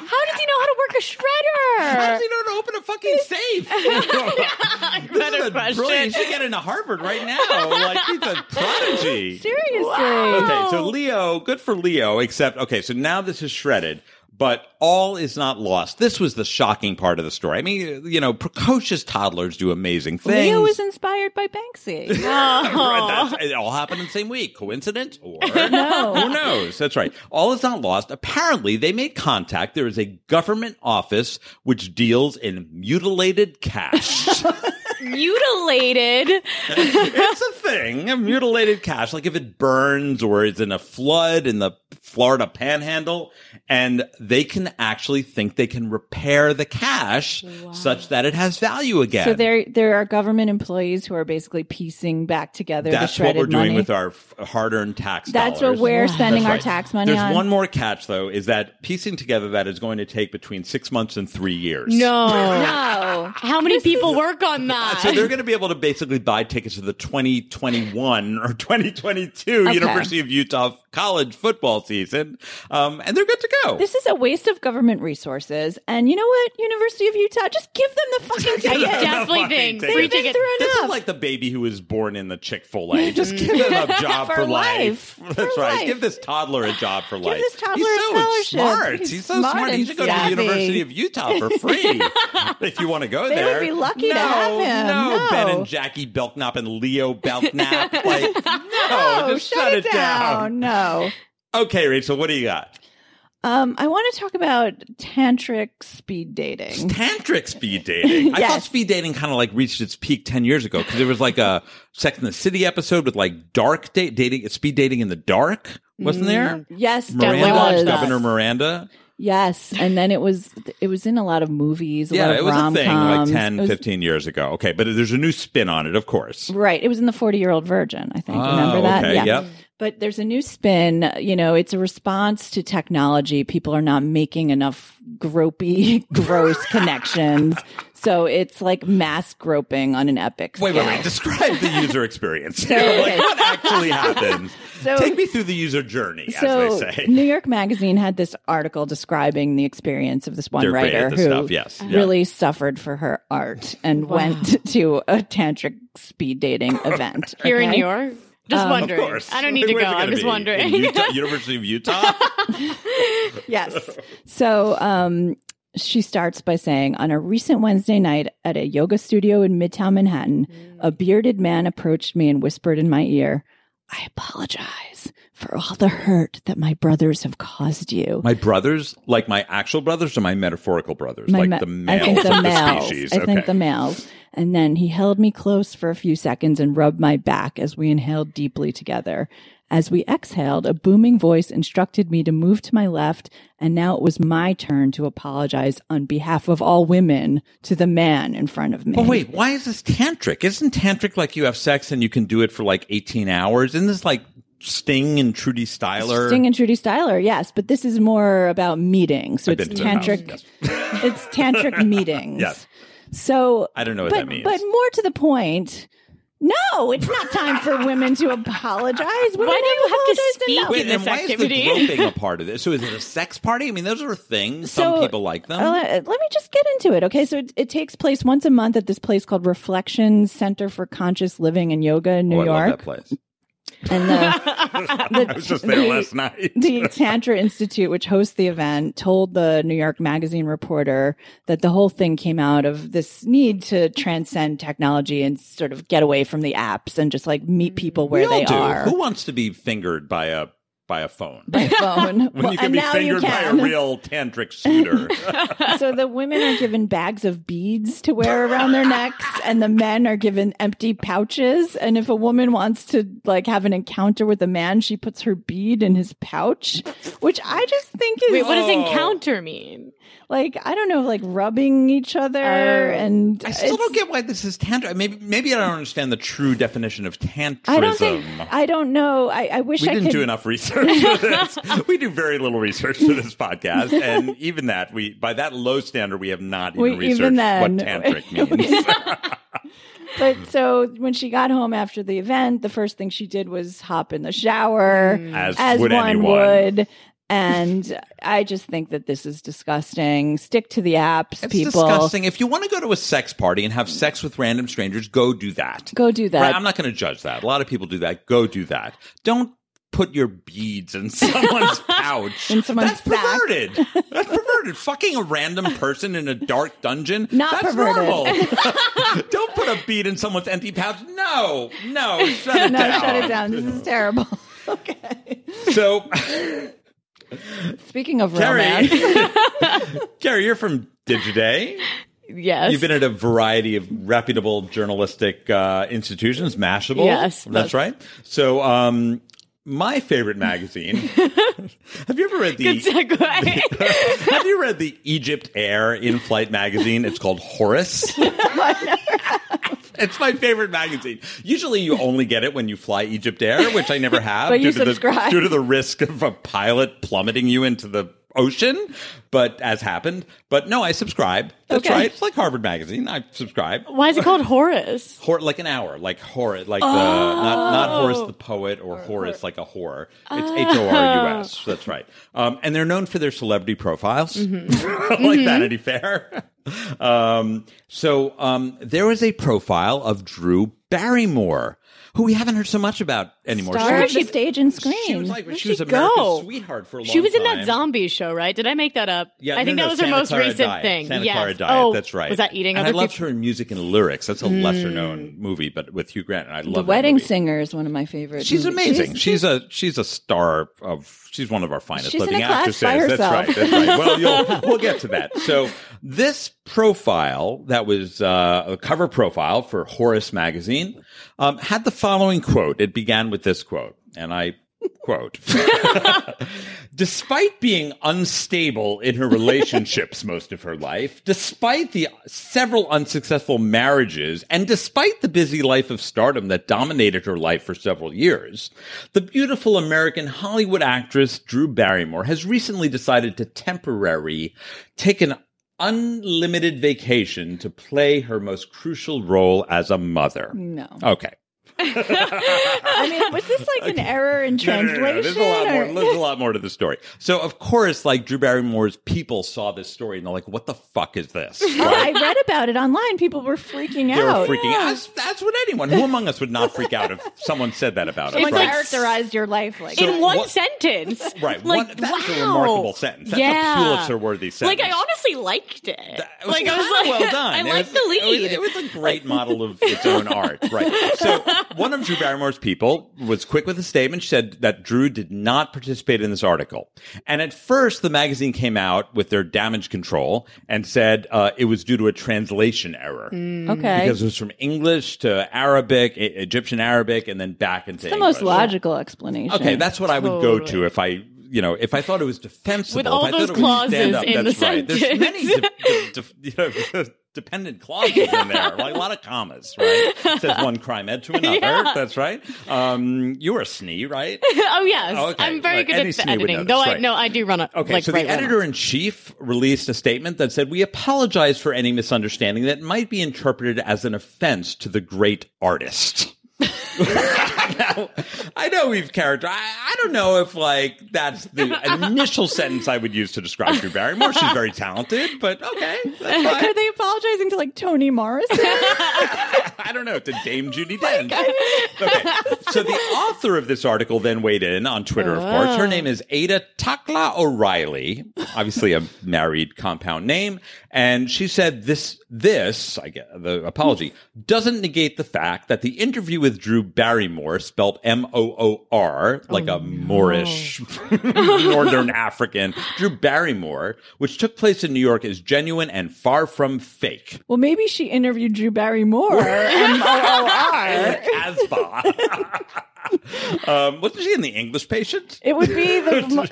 Speaker 4: How does he know how to work a
Speaker 1: How
Speaker 4: shredder?
Speaker 1: does he know how to open a fucking safe? this
Speaker 4: better
Speaker 1: is a brilliant.
Speaker 4: question.
Speaker 1: He should get into Harvard right now. Like he's a prodigy.
Speaker 2: Seriously.
Speaker 1: Okay, so Leo, good for Leo, except okay, so now this is shredded. But all is not lost. This was the shocking part of the story. I mean, you know, precocious toddlers do amazing things.
Speaker 2: Leo was inspired by Banksy.
Speaker 1: Right, that's- it all happened in the same week. Coincidence? Or who knows? That's right. All is not lost. Apparently, they made contact. There is a government office which deals in mutilated cash.
Speaker 4: Mutilated.
Speaker 1: it's a thing. A mutilated cash, like if it burns or it's in a flood in the Florida Panhandle, and they can actually think they can repair the cash such that it has value again.
Speaker 2: So there, there are government employees who are basically piecing back together the
Speaker 1: That's what
Speaker 2: shredded
Speaker 1: we're doing
Speaker 2: money.
Speaker 1: with our f- hard-earned tax.
Speaker 2: That's
Speaker 1: dollars.
Speaker 2: what we're
Speaker 4: Wow.
Speaker 2: spending
Speaker 1: That's
Speaker 2: our
Speaker 1: right.
Speaker 2: tax money
Speaker 1: There's
Speaker 2: on.
Speaker 1: one more catch, though, is that piecing together that is going to take between six months and three years.
Speaker 4: No.
Speaker 2: no.
Speaker 4: How many people work on that?
Speaker 1: So they're going to be able to basically buy tickets to the 2021 or 2022
Speaker 2: Okay.
Speaker 1: University of Utah college football season, um, and they're good to go.
Speaker 2: This is a waste of government resources. And you know what, University of Utah, just give them the
Speaker 1: Give
Speaker 2: fucking
Speaker 4: I
Speaker 1: them the
Speaker 2: tickets.
Speaker 4: definitely
Speaker 1: fucking
Speaker 4: think
Speaker 1: ticket.
Speaker 4: free
Speaker 2: They've been
Speaker 4: ticket.
Speaker 2: through
Speaker 1: This is
Speaker 2: enough.
Speaker 1: like the baby who was born in the Chick Fil A. Just give him a job for,
Speaker 2: For
Speaker 1: life.
Speaker 2: life.
Speaker 1: That's
Speaker 2: For
Speaker 1: right.
Speaker 2: life.
Speaker 1: Give this toddler a job for life.
Speaker 2: this toddler
Speaker 1: He's
Speaker 2: a
Speaker 1: so
Speaker 2: scholarship.
Speaker 1: smart. He's,
Speaker 2: He's
Speaker 1: so
Speaker 2: smart
Speaker 1: smart. He
Speaker 2: and
Speaker 1: should go
Speaker 2: savvy.
Speaker 1: to the University of Utah for free if you want to go
Speaker 2: They
Speaker 1: there.
Speaker 2: would be lucky
Speaker 1: no,
Speaker 2: to have him.
Speaker 1: No,
Speaker 2: No.
Speaker 1: Ben and Jackie Belknap and Leo Belknap. Like, no,
Speaker 2: Oh,
Speaker 1: just shut, it down.
Speaker 2: No.
Speaker 1: Okay, Rachel, what do you got?
Speaker 2: Um, I want to talk about tantric speed dating.
Speaker 1: Tantric speed dating. I thought
Speaker 2: Yes.
Speaker 1: speed dating kind of like reached its peak 10 years ago because there was like a Sex in the City episode with like dark date dating, speed dating in the dark, wasn't there?
Speaker 2: Yes,
Speaker 4: Mm-hmm.
Speaker 1: Miranda,
Speaker 2: there was.
Speaker 1: Governor Miranda.
Speaker 2: Yes, and then it was it was in a lot of movies. A
Speaker 1: Yeah,
Speaker 2: lot of
Speaker 1: it was a thing like
Speaker 2: rom-coms.
Speaker 1: 10,
Speaker 2: It was-
Speaker 1: 15 years ago. Okay, but there's a new spin on it, of course.
Speaker 2: Right. It was in the 40 year old virgin, I think.
Speaker 1: Ah,
Speaker 2: Remember that?
Speaker 1: okay,
Speaker 2: yeah.
Speaker 1: yep.
Speaker 2: But there's a new spin. You know, it's a response to technology. People are not making enough gropey, gross connections. So it's like mass groping on an epic.
Speaker 1: Wait, wait,
Speaker 2: scale.
Speaker 1: wait. Describe the user experience.
Speaker 2: okay.
Speaker 1: like, what actually happens?
Speaker 2: So-
Speaker 1: Take me through the user journey, as
Speaker 2: So
Speaker 1: they say.
Speaker 2: New York Magazine had this article describing the experience of this one
Speaker 1: They're great at
Speaker 2: writer
Speaker 1: this
Speaker 2: who
Speaker 1: stuff, yes. Yeah.
Speaker 2: really suffered for her art and went to a tantric speed dating event
Speaker 4: Here in
Speaker 2: okay? Um,
Speaker 4: New York? Just
Speaker 1: Of
Speaker 4: wondering.
Speaker 1: course.
Speaker 4: I don't need to go.
Speaker 1: Where's it gonna
Speaker 4: I'm
Speaker 1: be?
Speaker 4: just
Speaker 1: In
Speaker 4: wondering.
Speaker 1: Utah, University of Utah?
Speaker 2: yes. So um, she starts by saying On a recent Wednesday night at a yoga studio in Midtown Manhattan, a bearded man approached me and whispered in my ear, I apologize for all the hurt that my brothers have caused you.
Speaker 1: My brothers, like my actual brothers or my metaphorical brothers?
Speaker 2: My
Speaker 1: like
Speaker 2: ma-
Speaker 1: the males of the species.
Speaker 2: I
Speaker 1: okay.
Speaker 2: think the males. And then he held me close for a few seconds and rubbed my back as we inhaled deeply together. As we exhaled, a booming voice instructed me to move to my left, and now it was my turn to apologize on behalf of all women to the man in front of me.
Speaker 1: but wait, why is this tantric? Isn't tantric like you have sex and you can do it for like 18 hours? Isn't this like Sting and Trudy Styler?
Speaker 2: Sting and Trudy Styler, yes, but this is more about meeting. So
Speaker 1: I've
Speaker 2: it's
Speaker 1: been to their house,
Speaker 2: tantric. It's tantric meetings.
Speaker 1: Yes.
Speaker 2: So
Speaker 1: I don't know what
Speaker 2: but,
Speaker 1: that means.
Speaker 2: But more to the point, no, it's not time for women to apologize. Women
Speaker 4: do you have to
Speaker 2: apologized
Speaker 4: speak
Speaker 2: enough.
Speaker 1: Wait,
Speaker 4: in
Speaker 1: and
Speaker 4: this
Speaker 1: why
Speaker 4: activity.
Speaker 1: is the groping a part of this? So is it a sex party? I mean, those are things. Some
Speaker 2: So-
Speaker 1: people like them.
Speaker 2: Uh, let me just get into it. Okay. So it, it takes place once a month at this place called Reflection Center for Conscious Living and Yoga in New
Speaker 1: oh, I love
Speaker 2: York.
Speaker 1: that place.
Speaker 2: And uh, the,
Speaker 1: I was just there
Speaker 2: the-
Speaker 1: last night.
Speaker 2: the Tantra Institute, which hosts the event, told the New York Magazine reporter that the whole thing came out of this need to transcend technology and sort of get away from the apps and just like
Speaker 4: Mm-hmm.
Speaker 2: meet people where
Speaker 1: we all
Speaker 2: they
Speaker 1: do.
Speaker 2: are.
Speaker 1: Who wants to be fingered by a by a phone?
Speaker 2: by phone.
Speaker 1: when
Speaker 2: Well,
Speaker 1: you can
Speaker 2: and
Speaker 1: be
Speaker 2: now you
Speaker 1: fingered
Speaker 2: can.
Speaker 1: by a real tantric suitor.
Speaker 2: so the women are given bags of beads to wear around their necks, and the men are given empty pouches. And if a woman wants to like have an encounter with a man, she puts her bead in his pouch, which I just think is
Speaker 4: Wait, what does
Speaker 1: Oh.
Speaker 4: encounter mean?
Speaker 2: like I don't know, like rubbing each other, and
Speaker 1: I still
Speaker 2: it's-
Speaker 1: don't get why this is tantric. Maybe maybe I don't understand the true definition of tantrism.
Speaker 2: I don't think I don't know. I, I wish
Speaker 1: we
Speaker 2: I
Speaker 1: didn't
Speaker 2: could.
Speaker 1: do enough research for this. we do very little research for this podcast, and even that we by that low standard we have not even
Speaker 2: We- even
Speaker 1: researched
Speaker 2: then-
Speaker 1: what tantric means.
Speaker 2: But so when she got home after the event, the first thing she did was hop in the shower,
Speaker 1: As would
Speaker 2: one
Speaker 1: anyone.
Speaker 2: would. And I just think that this is disgusting. Stick to the apps,
Speaker 1: It's
Speaker 2: people.
Speaker 1: disgusting. If you want to go to a sex party and have sex with random strangers, go do that.
Speaker 2: Go do that.
Speaker 1: Right, I'm not going to judge that. A lot of people do that. Go do that. Don't put your beads in someone's pouch.
Speaker 2: In someone's
Speaker 1: That's
Speaker 2: sack.
Speaker 1: perverted. That's perverted. Fucking a random person in a dark dungeon.
Speaker 2: Not
Speaker 1: That's
Speaker 2: perverted.
Speaker 1: normal. Don't put a bead in someone's empty pouch. No, no, shut it
Speaker 2: No,
Speaker 1: down.
Speaker 2: shut it down. This is terrible. okay.
Speaker 1: So,
Speaker 2: Speaking of romance,
Speaker 1: Carrie, Carrie, you're from Digiday.
Speaker 4: Yes.
Speaker 1: You've been at a variety of reputable journalistic uh, institutions, Mashable.
Speaker 4: Yes,
Speaker 1: that's,
Speaker 4: that's-
Speaker 1: right. So, um, my favorite magazine. have you ever read
Speaker 4: Good
Speaker 1: the?
Speaker 4: segue.
Speaker 1: have you read the Egypt Air in flight magazine? It's called Horus. It's my favorite magazine. Usually, you only get it when you fly Egypt Air, which I never have
Speaker 2: But you
Speaker 1: due, to the,
Speaker 2: subscribe.
Speaker 1: due to the risk of a pilot plummeting you into the ocean. But as happened, but no, I subscribe. That's
Speaker 2: Okay.
Speaker 1: right. It's like Harvard Magazine. I subscribe.
Speaker 4: Why is it called Horus?
Speaker 1: Hor- like an hour, like horror, like the not
Speaker 4: Oh.
Speaker 1: not Horace the poet or, Horace like a whore.
Speaker 4: Ah.
Speaker 1: It's H O R U S. That's right. Um, and they're known for their celebrity profiles,
Speaker 4: Mm-hmm.
Speaker 1: like Vanity Fair. um, so um, there was a profile of Drew Barrymore, who we haven't heard so much about anymore. She
Speaker 2: star
Speaker 1: was-
Speaker 2: of the stage and screen.
Speaker 1: She was like she
Speaker 4: she
Speaker 1: was America's
Speaker 4: go?
Speaker 1: sweetheart for a long
Speaker 4: She was in that
Speaker 1: time.
Speaker 4: zombie show, right? Did I make that up?
Speaker 1: Yeah,
Speaker 4: I
Speaker 1: no,
Speaker 4: think
Speaker 1: no,
Speaker 4: that was
Speaker 1: Santa
Speaker 4: her most
Speaker 1: Clara
Speaker 4: recent
Speaker 1: Diet.
Speaker 4: thing.
Speaker 1: Santa
Speaker 4: yes.
Speaker 1: Clara Diet.
Speaker 4: oh,
Speaker 1: that's right.
Speaker 4: Was that eating
Speaker 1: and
Speaker 4: other Mm.
Speaker 1: I loved
Speaker 4: people?
Speaker 1: her in music and lyrics. That's a lesser known movie, but with Hugh Grant, and I love
Speaker 2: the
Speaker 1: that
Speaker 2: Wedding
Speaker 1: movie.
Speaker 2: Singer is one of my favorite.
Speaker 1: She's
Speaker 2: movies.
Speaker 1: amazing. She's a she's a star of she's one of our finest
Speaker 2: She's in
Speaker 1: living
Speaker 2: a
Speaker 1: actresses.
Speaker 2: class by
Speaker 1: That's
Speaker 2: herself.
Speaker 1: right. That's right. Well, you'll, we'll get to that. So this profile that was uh, a cover profile for Horace magazine um, had the following quote. It began with this quote, and I quote. Despite being unstable in her relationships most of her life, despite the several unsuccessful marriages, and despite the busy life of stardom that dominated her life for several years, the beautiful American Hollywood actress Drew Barrymore has recently decided to temporary take an unlimited vacation to play her most crucial role as a mother.
Speaker 2: No.
Speaker 1: Okay.
Speaker 2: I mean, was this like an error in
Speaker 1: No, no, no,
Speaker 2: translation?
Speaker 1: no, no. There's a lot
Speaker 2: or-
Speaker 1: more. There's a lot more to the story. So, of course, like Drew Barrymore's people saw this story and they're like, "What the fuck is this?"
Speaker 2: Oh, I read about it online. People were freaking
Speaker 1: They were
Speaker 2: out.
Speaker 1: freaking out. That's, that's what anyone who among us would not freak out if someone said that about us.
Speaker 2: Someone
Speaker 4: It's like-
Speaker 1: Right?
Speaker 2: characterized your life like
Speaker 1: So-
Speaker 2: that.
Speaker 4: in one
Speaker 1: what-
Speaker 4: sentence.
Speaker 1: Right.
Speaker 4: Like,
Speaker 1: One- that's
Speaker 4: wow.
Speaker 1: a remarkable sentence. That's
Speaker 4: yeah.
Speaker 1: a Pulitzer-worthy sentence.
Speaker 4: Like I honestly liked it.
Speaker 1: It Uh, was
Speaker 4: like I was
Speaker 1: kinda
Speaker 4: like,
Speaker 1: well done.
Speaker 4: I
Speaker 1: It
Speaker 4: like
Speaker 1: was-
Speaker 4: the
Speaker 1: it was-
Speaker 4: lead.
Speaker 1: It was, a great model of its own art, right? So one of Drew Barrymore's people was quick with a statement. She said that Drew did not participate in this article, and at first the magazine came out with their damage control and said uh, it was due to a translation error
Speaker 2: okay.
Speaker 1: mm, because it was from English to Arabic, E- Egyptian Arabic, and then back into
Speaker 2: the most
Speaker 1: English.
Speaker 2: logical explanation.
Speaker 1: Okay, that's what I would go to if I, you know, if I thought it was defensible.
Speaker 4: With all
Speaker 1: if I
Speaker 4: those
Speaker 1: thought it would stand
Speaker 4: clauses
Speaker 1: up,
Speaker 4: in
Speaker 1: that's
Speaker 4: the
Speaker 1: right. There's many de- de- de- you know, dependent clauses in there, like a lot of commas, right? It says one crime ed to another. That's right. Um, you're a snee, right?
Speaker 4: oh yes,
Speaker 1: Oh, okay.
Speaker 4: I'm very
Speaker 1: Like,
Speaker 4: good
Speaker 1: any
Speaker 4: at the
Speaker 1: snee would
Speaker 4: editing.
Speaker 1: notice,
Speaker 4: Though
Speaker 1: right.
Speaker 4: I no, I do run a
Speaker 1: Okay,
Speaker 4: like
Speaker 1: so
Speaker 4: right
Speaker 1: the editor in chief released a statement that said, We apologize for any misunderstanding that might be interpreted as an offense to the great artist. Now, I know we've character. I, I don't know if like that's the initial sentence I would use to describe Drew Barrymore. She's very talented, but okay, that's fine.
Speaker 2: Are they apologizing to like Tony Morrison?
Speaker 1: I don't know, to Dame Judy Dench. Okay. So the author of this article then weighed in on Twitter, of course. Her name is Ada Takla O'Reilly, obviously a married compound name, and she said this this, I get the apology, doesn't negate the fact that the interview with Drew Barrymore, spelled M O O R, like a Moorish Northern African, Drew Barrymore, which took place in New York is genuine and far from fake.
Speaker 2: well, maybe she interviewed Drew Barrymore. M O O R.
Speaker 1: Casbah. um, wasn't she in the English patient?
Speaker 2: It would be the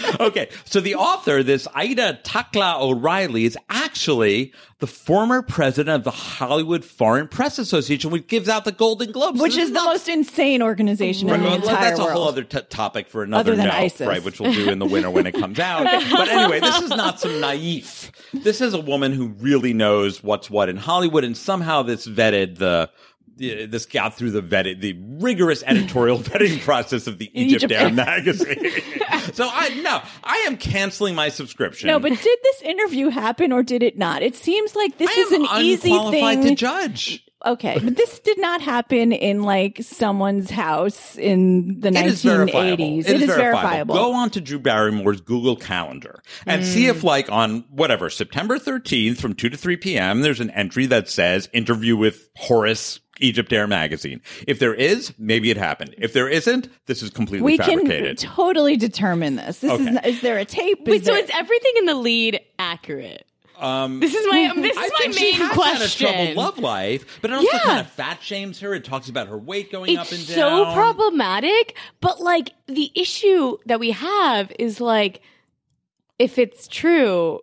Speaker 2: yeah.
Speaker 1: Okay, so the author, this Ida Takla O'Reilly, is actually the former president of the Hollywood Foreign Press Association, which gives out the Golden Globes,
Speaker 2: Which is the most insane organization in the
Speaker 1: Right, well,
Speaker 2: entire
Speaker 1: that's
Speaker 2: world.
Speaker 1: a whole other t- topic for another
Speaker 2: Other than
Speaker 1: no,
Speaker 2: ISIS.
Speaker 1: right? Which we'll do in the winter when it comes out. but anyway, this is not some naive. This is a woman who really knows what's what in Hollywood, and somehow this vetted the. the- This got through the vetted, the rigorous editorial vetting process of the Egypt,
Speaker 2: Egypt
Speaker 1: Air
Speaker 2: Air.
Speaker 1: magazine. so I no, I am canceling my subscription.
Speaker 2: No, but did this interview happen or did it not? It seems like this
Speaker 1: I
Speaker 2: is
Speaker 1: am
Speaker 2: an easy
Speaker 1: unqualified
Speaker 2: thing.
Speaker 1: to judge.
Speaker 2: okay, but this did not happen in like someone's house in the
Speaker 1: It is verifiable.
Speaker 2: 1980s. It is verifiable.
Speaker 1: Go on to Drew Barrymore's Google Calendar and see if, like, on whatever September 13th from 2 to 3 p.m., there's an entry that says interview with Horace. Egypt Air magazine. If there is, maybe it happened. If there isn't, this is completely
Speaker 2: We can
Speaker 1: fabricated.
Speaker 2: totally determine this. This
Speaker 1: Okay.
Speaker 2: is not, is there a tape?
Speaker 4: Wait,
Speaker 2: Is
Speaker 4: so
Speaker 2: there-
Speaker 4: is everything in the lead accurate? Um, this is my this
Speaker 1: Hmm.
Speaker 4: is
Speaker 1: I
Speaker 4: my
Speaker 1: think she
Speaker 4: main
Speaker 1: has
Speaker 4: question.
Speaker 1: had a troubled love life, but it also
Speaker 4: Yeah.
Speaker 1: kind of fat shames her. It talks about her weight going up and
Speaker 4: it's
Speaker 1: down.
Speaker 4: so problematic but like the issue that we have is like if it's true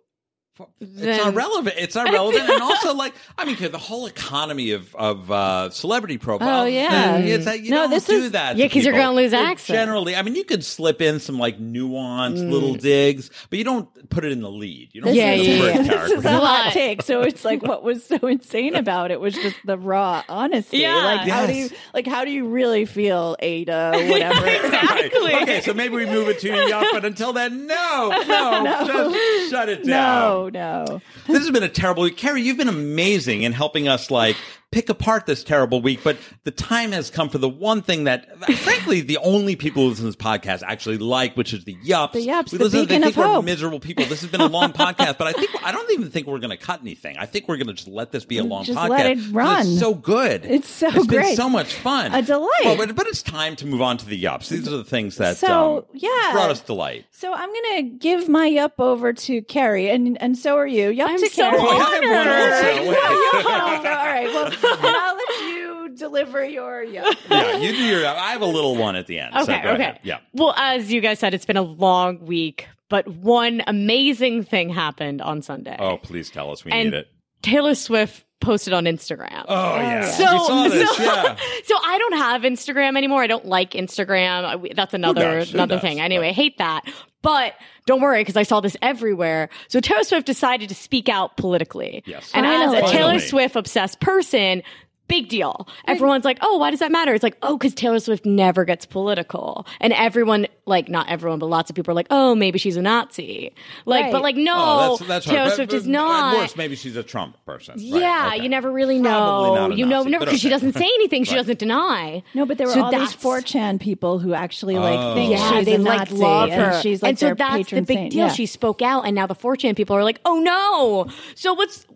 Speaker 1: It's not relevant. It's not relevant, and also like I mean, the whole economy of of uh, celebrity profiles.
Speaker 2: Oh, yeah.
Speaker 1: and it's like you
Speaker 2: No,
Speaker 1: don't
Speaker 2: this
Speaker 1: do
Speaker 2: is-
Speaker 1: that.
Speaker 4: Yeah,
Speaker 1: to
Speaker 4: 'cause you're
Speaker 1: people.
Speaker 4: gonna lose
Speaker 1: It
Speaker 4: access.
Speaker 1: Generally, I mean, you could slip in some like nuanced little digs, but you don't put it in the lead. You don't.
Speaker 2: This
Speaker 1: put it
Speaker 4: Mm. is-
Speaker 1: in the first
Speaker 4: Yeah, yeah,
Speaker 2: This is
Speaker 1: character.
Speaker 2: a hot
Speaker 4: Lot.
Speaker 2: take. So it's like what was so insane about it was just the raw honesty.
Speaker 4: Yeah.
Speaker 2: Like how do you
Speaker 1: Yes.
Speaker 2: like how do you really feel, Ada? Whatever.
Speaker 4: Exactly.
Speaker 1: Okay, okay, so maybe we move it to Yuck, but until then, no, no, just shut it down.
Speaker 2: No, no.
Speaker 1: this has been a terrible week. Carrie, you've been amazing in helping us like pick apart this terrible week, but the time has come for the one thing that frankly the only people who listen to this podcast actually like, which is the yups.
Speaker 2: The yups,
Speaker 1: We
Speaker 2: the
Speaker 1: listen to-
Speaker 2: beacon
Speaker 1: they
Speaker 2: of
Speaker 1: think we're
Speaker 2: hope.
Speaker 1: miserable people. This has been a long podcast, but I think I don't even think we're gonna cut anything. I think we're gonna just let this be a long
Speaker 2: Just
Speaker 1: podcast.
Speaker 2: let it
Speaker 1: because
Speaker 2: run.
Speaker 1: It's so good.
Speaker 2: It's so
Speaker 1: It's been
Speaker 2: great.
Speaker 1: so much fun.
Speaker 2: A delight.
Speaker 1: Well, but, but it's time to move on to the yups. These are the things that
Speaker 2: So,
Speaker 1: um,
Speaker 2: yeah.
Speaker 1: brought us delight.
Speaker 2: So I'm gonna give my yup over to Carrie, and and so are you. Yup
Speaker 4: I'm
Speaker 2: to
Speaker 4: so
Speaker 2: Carrie.
Speaker 1: Oh, I have one
Speaker 4: honored.
Speaker 1: also. Wait.
Speaker 2: Yup also. Oh, All right. Well, and I'll let you deliver your yup.
Speaker 1: yeah, you do your. I have a little one at the end. so
Speaker 4: okay
Speaker 1: go
Speaker 4: okay
Speaker 1: Ahead. Yeah.
Speaker 4: well as you guys said it's been a long week but one amazing thing happened on sunday
Speaker 1: Oh, please tell us we
Speaker 4: and
Speaker 1: need it.
Speaker 4: taylor swift posted on instagram
Speaker 1: Oh yeah.
Speaker 4: So,
Speaker 1: we saw this.
Speaker 4: so,
Speaker 1: yeah.
Speaker 4: so I don't have Instagram anymore. I don't like Instagram. I- we- That's another
Speaker 1: does? Who
Speaker 4: another
Speaker 1: does?
Speaker 4: thing. Anyway,
Speaker 1: Right.
Speaker 4: hate that. But don't worry because I saw this everywhere. So Taylor Swift decided to speak out politically.
Speaker 1: Yes.
Speaker 4: And as
Speaker 2: Finally.
Speaker 4: a Taylor
Speaker 1: Finally.
Speaker 4: Swift obsessed person, big deal. Everyone's like, "Oh, why does that matter?" It's like, "Oh, cuz Taylor Swift never gets political." And everyone like not everyone, but lots of people are like, "Oh, maybe she's a Nazi." Like
Speaker 2: Right.
Speaker 4: but like no,
Speaker 1: Oh, that's that's hard.
Speaker 4: Taylor
Speaker 1: But-
Speaker 4: Swift
Speaker 1: but
Speaker 4: is not.
Speaker 1: At worst, maybe she's a Trump person. Right,
Speaker 4: Yeah,
Speaker 1: okay.
Speaker 4: you never really
Speaker 1: Probably
Speaker 4: know.
Speaker 1: not a
Speaker 4: You know,
Speaker 1: Nazi,
Speaker 4: never
Speaker 1: but
Speaker 4: because she
Speaker 1: okay.
Speaker 4: doesn't say anything. She
Speaker 1: Right.
Speaker 4: doesn't deny.
Speaker 2: No, but there were
Speaker 4: So
Speaker 2: all
Speaker 4: that's-
Speaker 2: these 4chan people who actually like think
Speaker 1: Yeah,
Speaker 2: Oh, she's
Speaker 4: they
Speaker 2: a
Speaker 4: like
Speaker 2: Nazi,
Speaker 4: love her.
Speaker 2: and she's like
Speaker 4: and so
Speaker 2: their
Speaker 4: that's the
Speaker 2: patron
Speaker 4: big
Speaker 2: saint.
Speaker 4: deal.
Speaker 2: Yeah.
Speaker 4: She spoke out, and now the 4chan people are like, oh no. So what's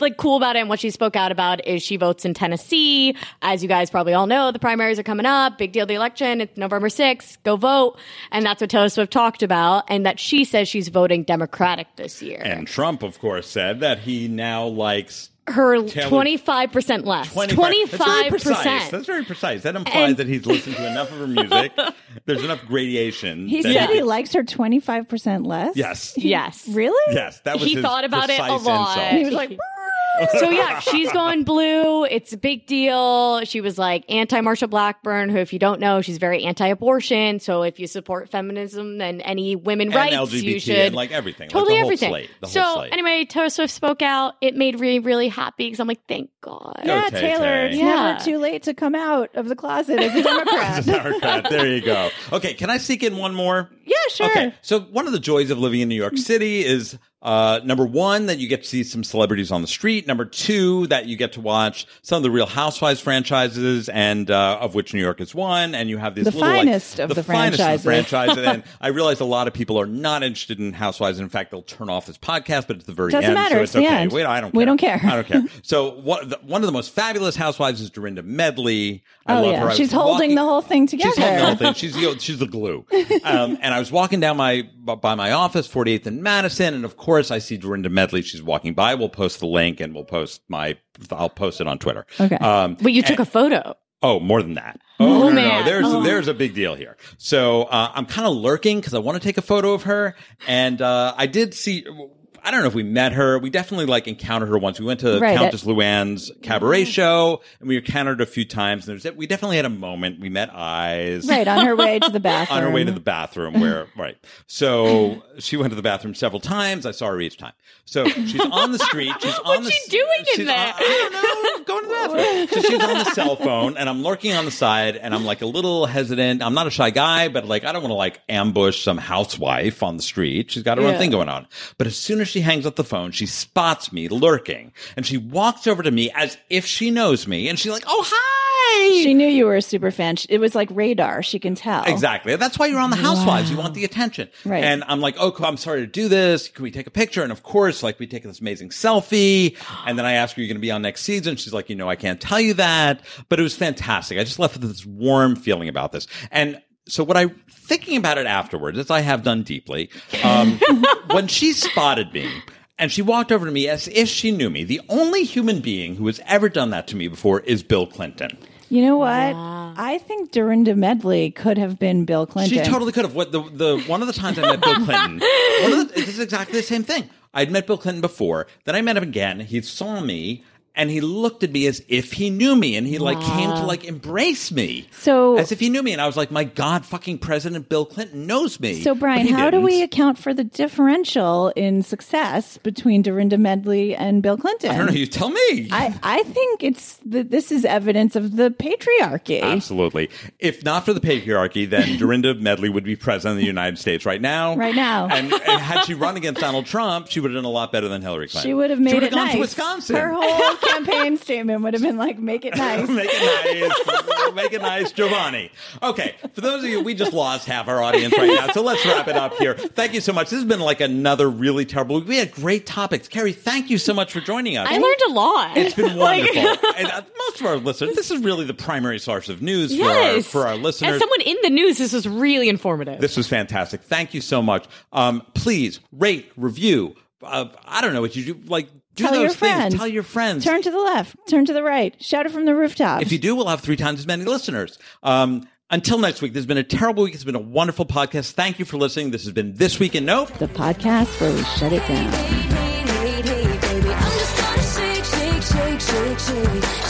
Speaker 4: like cool about it and what she spoke out about is she votes in Tennessee. As you guys probably all know, the primaries are coming up. Big deal, the election. It's November 6th. Go vote. And that's what Taylor Swift talked about. And that she says she's voting Democratic this year.
Speaker 1: And Trump, of course, said that he now likes
Speaker 4: her
Speaker 1: Taylor-
Speaker 4: 25% less.
Speaker 1: 25 That's very
Speaker 4: 25%.
Speaker 1: precise. That's very precise. That implies
Speaker 4: And-
Speaker 1: that he's listened to enough of her music. There's enough gradation.
Speaker 2: he
Speaker 1: that
Speaker 2: said he
Speaker 1: could-
Speaker 2: likes her 25% less.
Speaker 1: Yes.
Speaker 4: yes.
Speaker 2: Really?
Speaker 1: Yes. That was
Speaker 4: He
Speaker 1: his
Speaker 4: thought about it a
Speaker 1: precise
Speaker 4: lot.
Speaker 1: insult.
Speaker 2: And he was like,
Speaker 4: so yeah, she's going blue. It's a big deal. She was like anti Marsha Blackburn, who, if you don't know, she's very anti-abortion. So if you support feminism and any women
Speaker 1: and
Speaker 4: rights,
Speaker 1: LGBT
Speaker 4: you should
Speaker 1: and like everything. like
Speaker 4: totally
Speaker 1: the whole
Speaker 4: everything.
Speaker 1: Slate, the
Speaker 4: so
Speaker 1: whole slate.
Speaker 4: anyway, Taylor Swift spoke out. It made me really happy because I'm like, thank God.
Speaker 1: Yeah,
Speaker 2: yeah,
Speaker 1: Tay-Tay.
Speaker 2: Taylor, it's
Speaker 4: Yeah.
Speaker 2: never too late to come out of the closet as a Democrat.
Speaker 1: Democrat. There you go. Okay, can I sneak in one more?
Speaker 2: yeah, sure.
Speaker 1: Okay, so one of the joys of living in New York City is uh, number one that you get to see some celebrities on the street. Number two that you get to watch some of the Real Housewives franchises, and uh, of which New York is one. And you have these
Speaker 2: The
Speaker 1: little, like-
Speaker 2: finest of the
Speaker 1: finest of the
Speaker 2: franchises.
Speaker 1: franchises. and I realize a lot of people are not interested in Housewives. In fact, they'll turn off this podcast, but it's the very
Speaker 2: Doesn't
Speaker 1: end,
Speaker 2: matter,
Speaker 1: so
Speaker 2: it's
Speaker 1: it's,
Speaker 2: the
Speaker 1: okay.
Speaker 2: end.
Speaker 1: Wait, I don't. Care.
Speaker 2: We don't care.
Speaker 1: I don't care. so what, the, one of the most fabulous Housewives is Dorinda Medley. I
Speaker 2: Oh,
Speaker 1: love
Speaker 2: yeah.
Speaker 1: her. I
Speaker 2: She's
Speaker 1: was
Speaker 2: holding the whole thing
Speaker 1: She's holding the
Speaker 2: together.
Speaker 1: whole thing. She's the, she's the glue. Um, and I was walking down my by my office, 48th and Madison, and of course I see Dorinda Medley. She's walking by. We'll post the link and we'll post my. I'll post it on Twitter.
Speaker 2: Okay.
Speaker 1: Um,
Speaker 4: But you took a photo.
Speaker 1: Oh, more than that. Oh, no, no, no.
Speaker 4: man.
Speaker 1: There's
Speaker 4: Oh.
Speaker 1: there's a big deal here. So uh, I'm kind of lurking because I want to take a photo of her, and uh, I did see. I don't know if we met her. We definitely like encountered her once. We went to
Speaker 2: Right, Mm-hmm.
Speaker 1: Countess Luann's cabaret show, and we encountered her a few times. And there's we definitely had a moment. We met eyes
Speaker 2: Right, on her way to the bathroom.
Speaker 1: on her way to the bathroom where right so she went to the bathroom several times i saw her each time so she's on the street she's on the
Speaker 4: she doing in
Speaker 1: she's
Speaker 4: there?
Speaker 1: on- i don't know going to the bathroom so she's on the cell phone and i'm lurking on the side and i'm like a little hesitant i'm not a shy guy but like i don't want to like ambush some housewife on the street she's got her own
Speaker 4: Yeah.
Speaker 1: thing going on but as soon as she hangs up the phone, she spots me lurking and she walks over to me as if she knows me. And she's like, Oh, hi.
Speaker 2: She knew you were a super fan. She- It was like radar. She can tell.
Speaker 1: Exactly. That's why you're on the Housewives. You want the attention.
Speaker 2: Right.
Speaker 1: And I'm like, oh, cool, I'm sorry to do this. Can we take a picture? And of course, like we take this amazing selfie. And then I ask her, you're going to be on next season. She's like, you know, I can't tell you that, but it was fantastic. I just left with this warm feeling about this. And so what I thinking about it afterwards, as I have done deeply, um, when she spotted me and she walked over to me as if she knew me, the only human being who has ever done that to me before is Bill Clinton.
Speaker 2: You know what? I think Dorinda Medley could have been Bill Clinton.
Speaker 1: She totally could have. What the the one of the times I met Bill Clinton, one of the, this is exactly the same thing. I'd met Bill Clinton before, then I met him again. He saw me and he looked at me as if he knew me, and he like came to like embrace me,
Speaker 2: So-
Speaker 1: as if he knew me. And I was like, my God, fucking President Bill Clinton knows me.
Speaker 2: So,
Speaker 1: But
Speaker 2: Brian,
Speaker 1: he
Speaker 2: how do
Speaker 1: didn't.
Speaker 2: we account for the differential in success between Dorinda Medley and Bill Clinton?
Speaker 1: I don't know. You tell me.
Speaker 2: I, I think it's that this is evidence of the patriarchy.
Speaker 1: Absolutely. If not for the patriarchy, then Dorinda Medley would be president of the United States right now.
Speaker 2: Right now.
Speaker 1: And, and had she run against Donald Trump, she would have done a lot better than Hillary Clinton.
Speaker 2: She would have made
Speaker 1: she would
Speaker 2: it
Speaker 1: have gone
Speaker 2: nice.
Speaker 1: to Wisconsin.
Speaker 2: Her whole campaign statement would have been like, "Make it nice."
Speaker 1: make it nice. make it nice, Giovanni. Okay, for those of you, we just lost half our audience right now, so let's wrap it up here. Thank you so much. This has been like another really terrible week. We had great topics. Carrie, thank you so much for joining us.
Speaker 4: I learned a lot.
Speaker 1: it's been wonderful. and uh, most of our listeners, this is really the primary source of news
Speaker 4: yes.
Speaker 1: for, our, for our listeners.
Speaker 4: As someone in the news, this is really informative.
Speaker 1: This was fantastic. Thank you so much. Um, please rate, review. Uh, I don't know what you do. Like, do
Speaker 2: Tell
Speaker 1: those
Speaker 2: your
Speaker 1: things.
Speaker 2: friends.
Speaker 1: Tell your friends.
Speaker 2: Turn to the left. Turn to the right. Shout it from the rooftop.
Speaker 1: If you do, we'll have three times as many listeners. Um, until next week, this has been a terrible week. It's been a wonderful podcast. Thank you for listening. This has been This Week in Nope.
Speaker 2: the podcast where we shut it down.
Speaker 5: Hey, hey, hey, baby, I'm just gonna shake, shake, shake, shake, shake.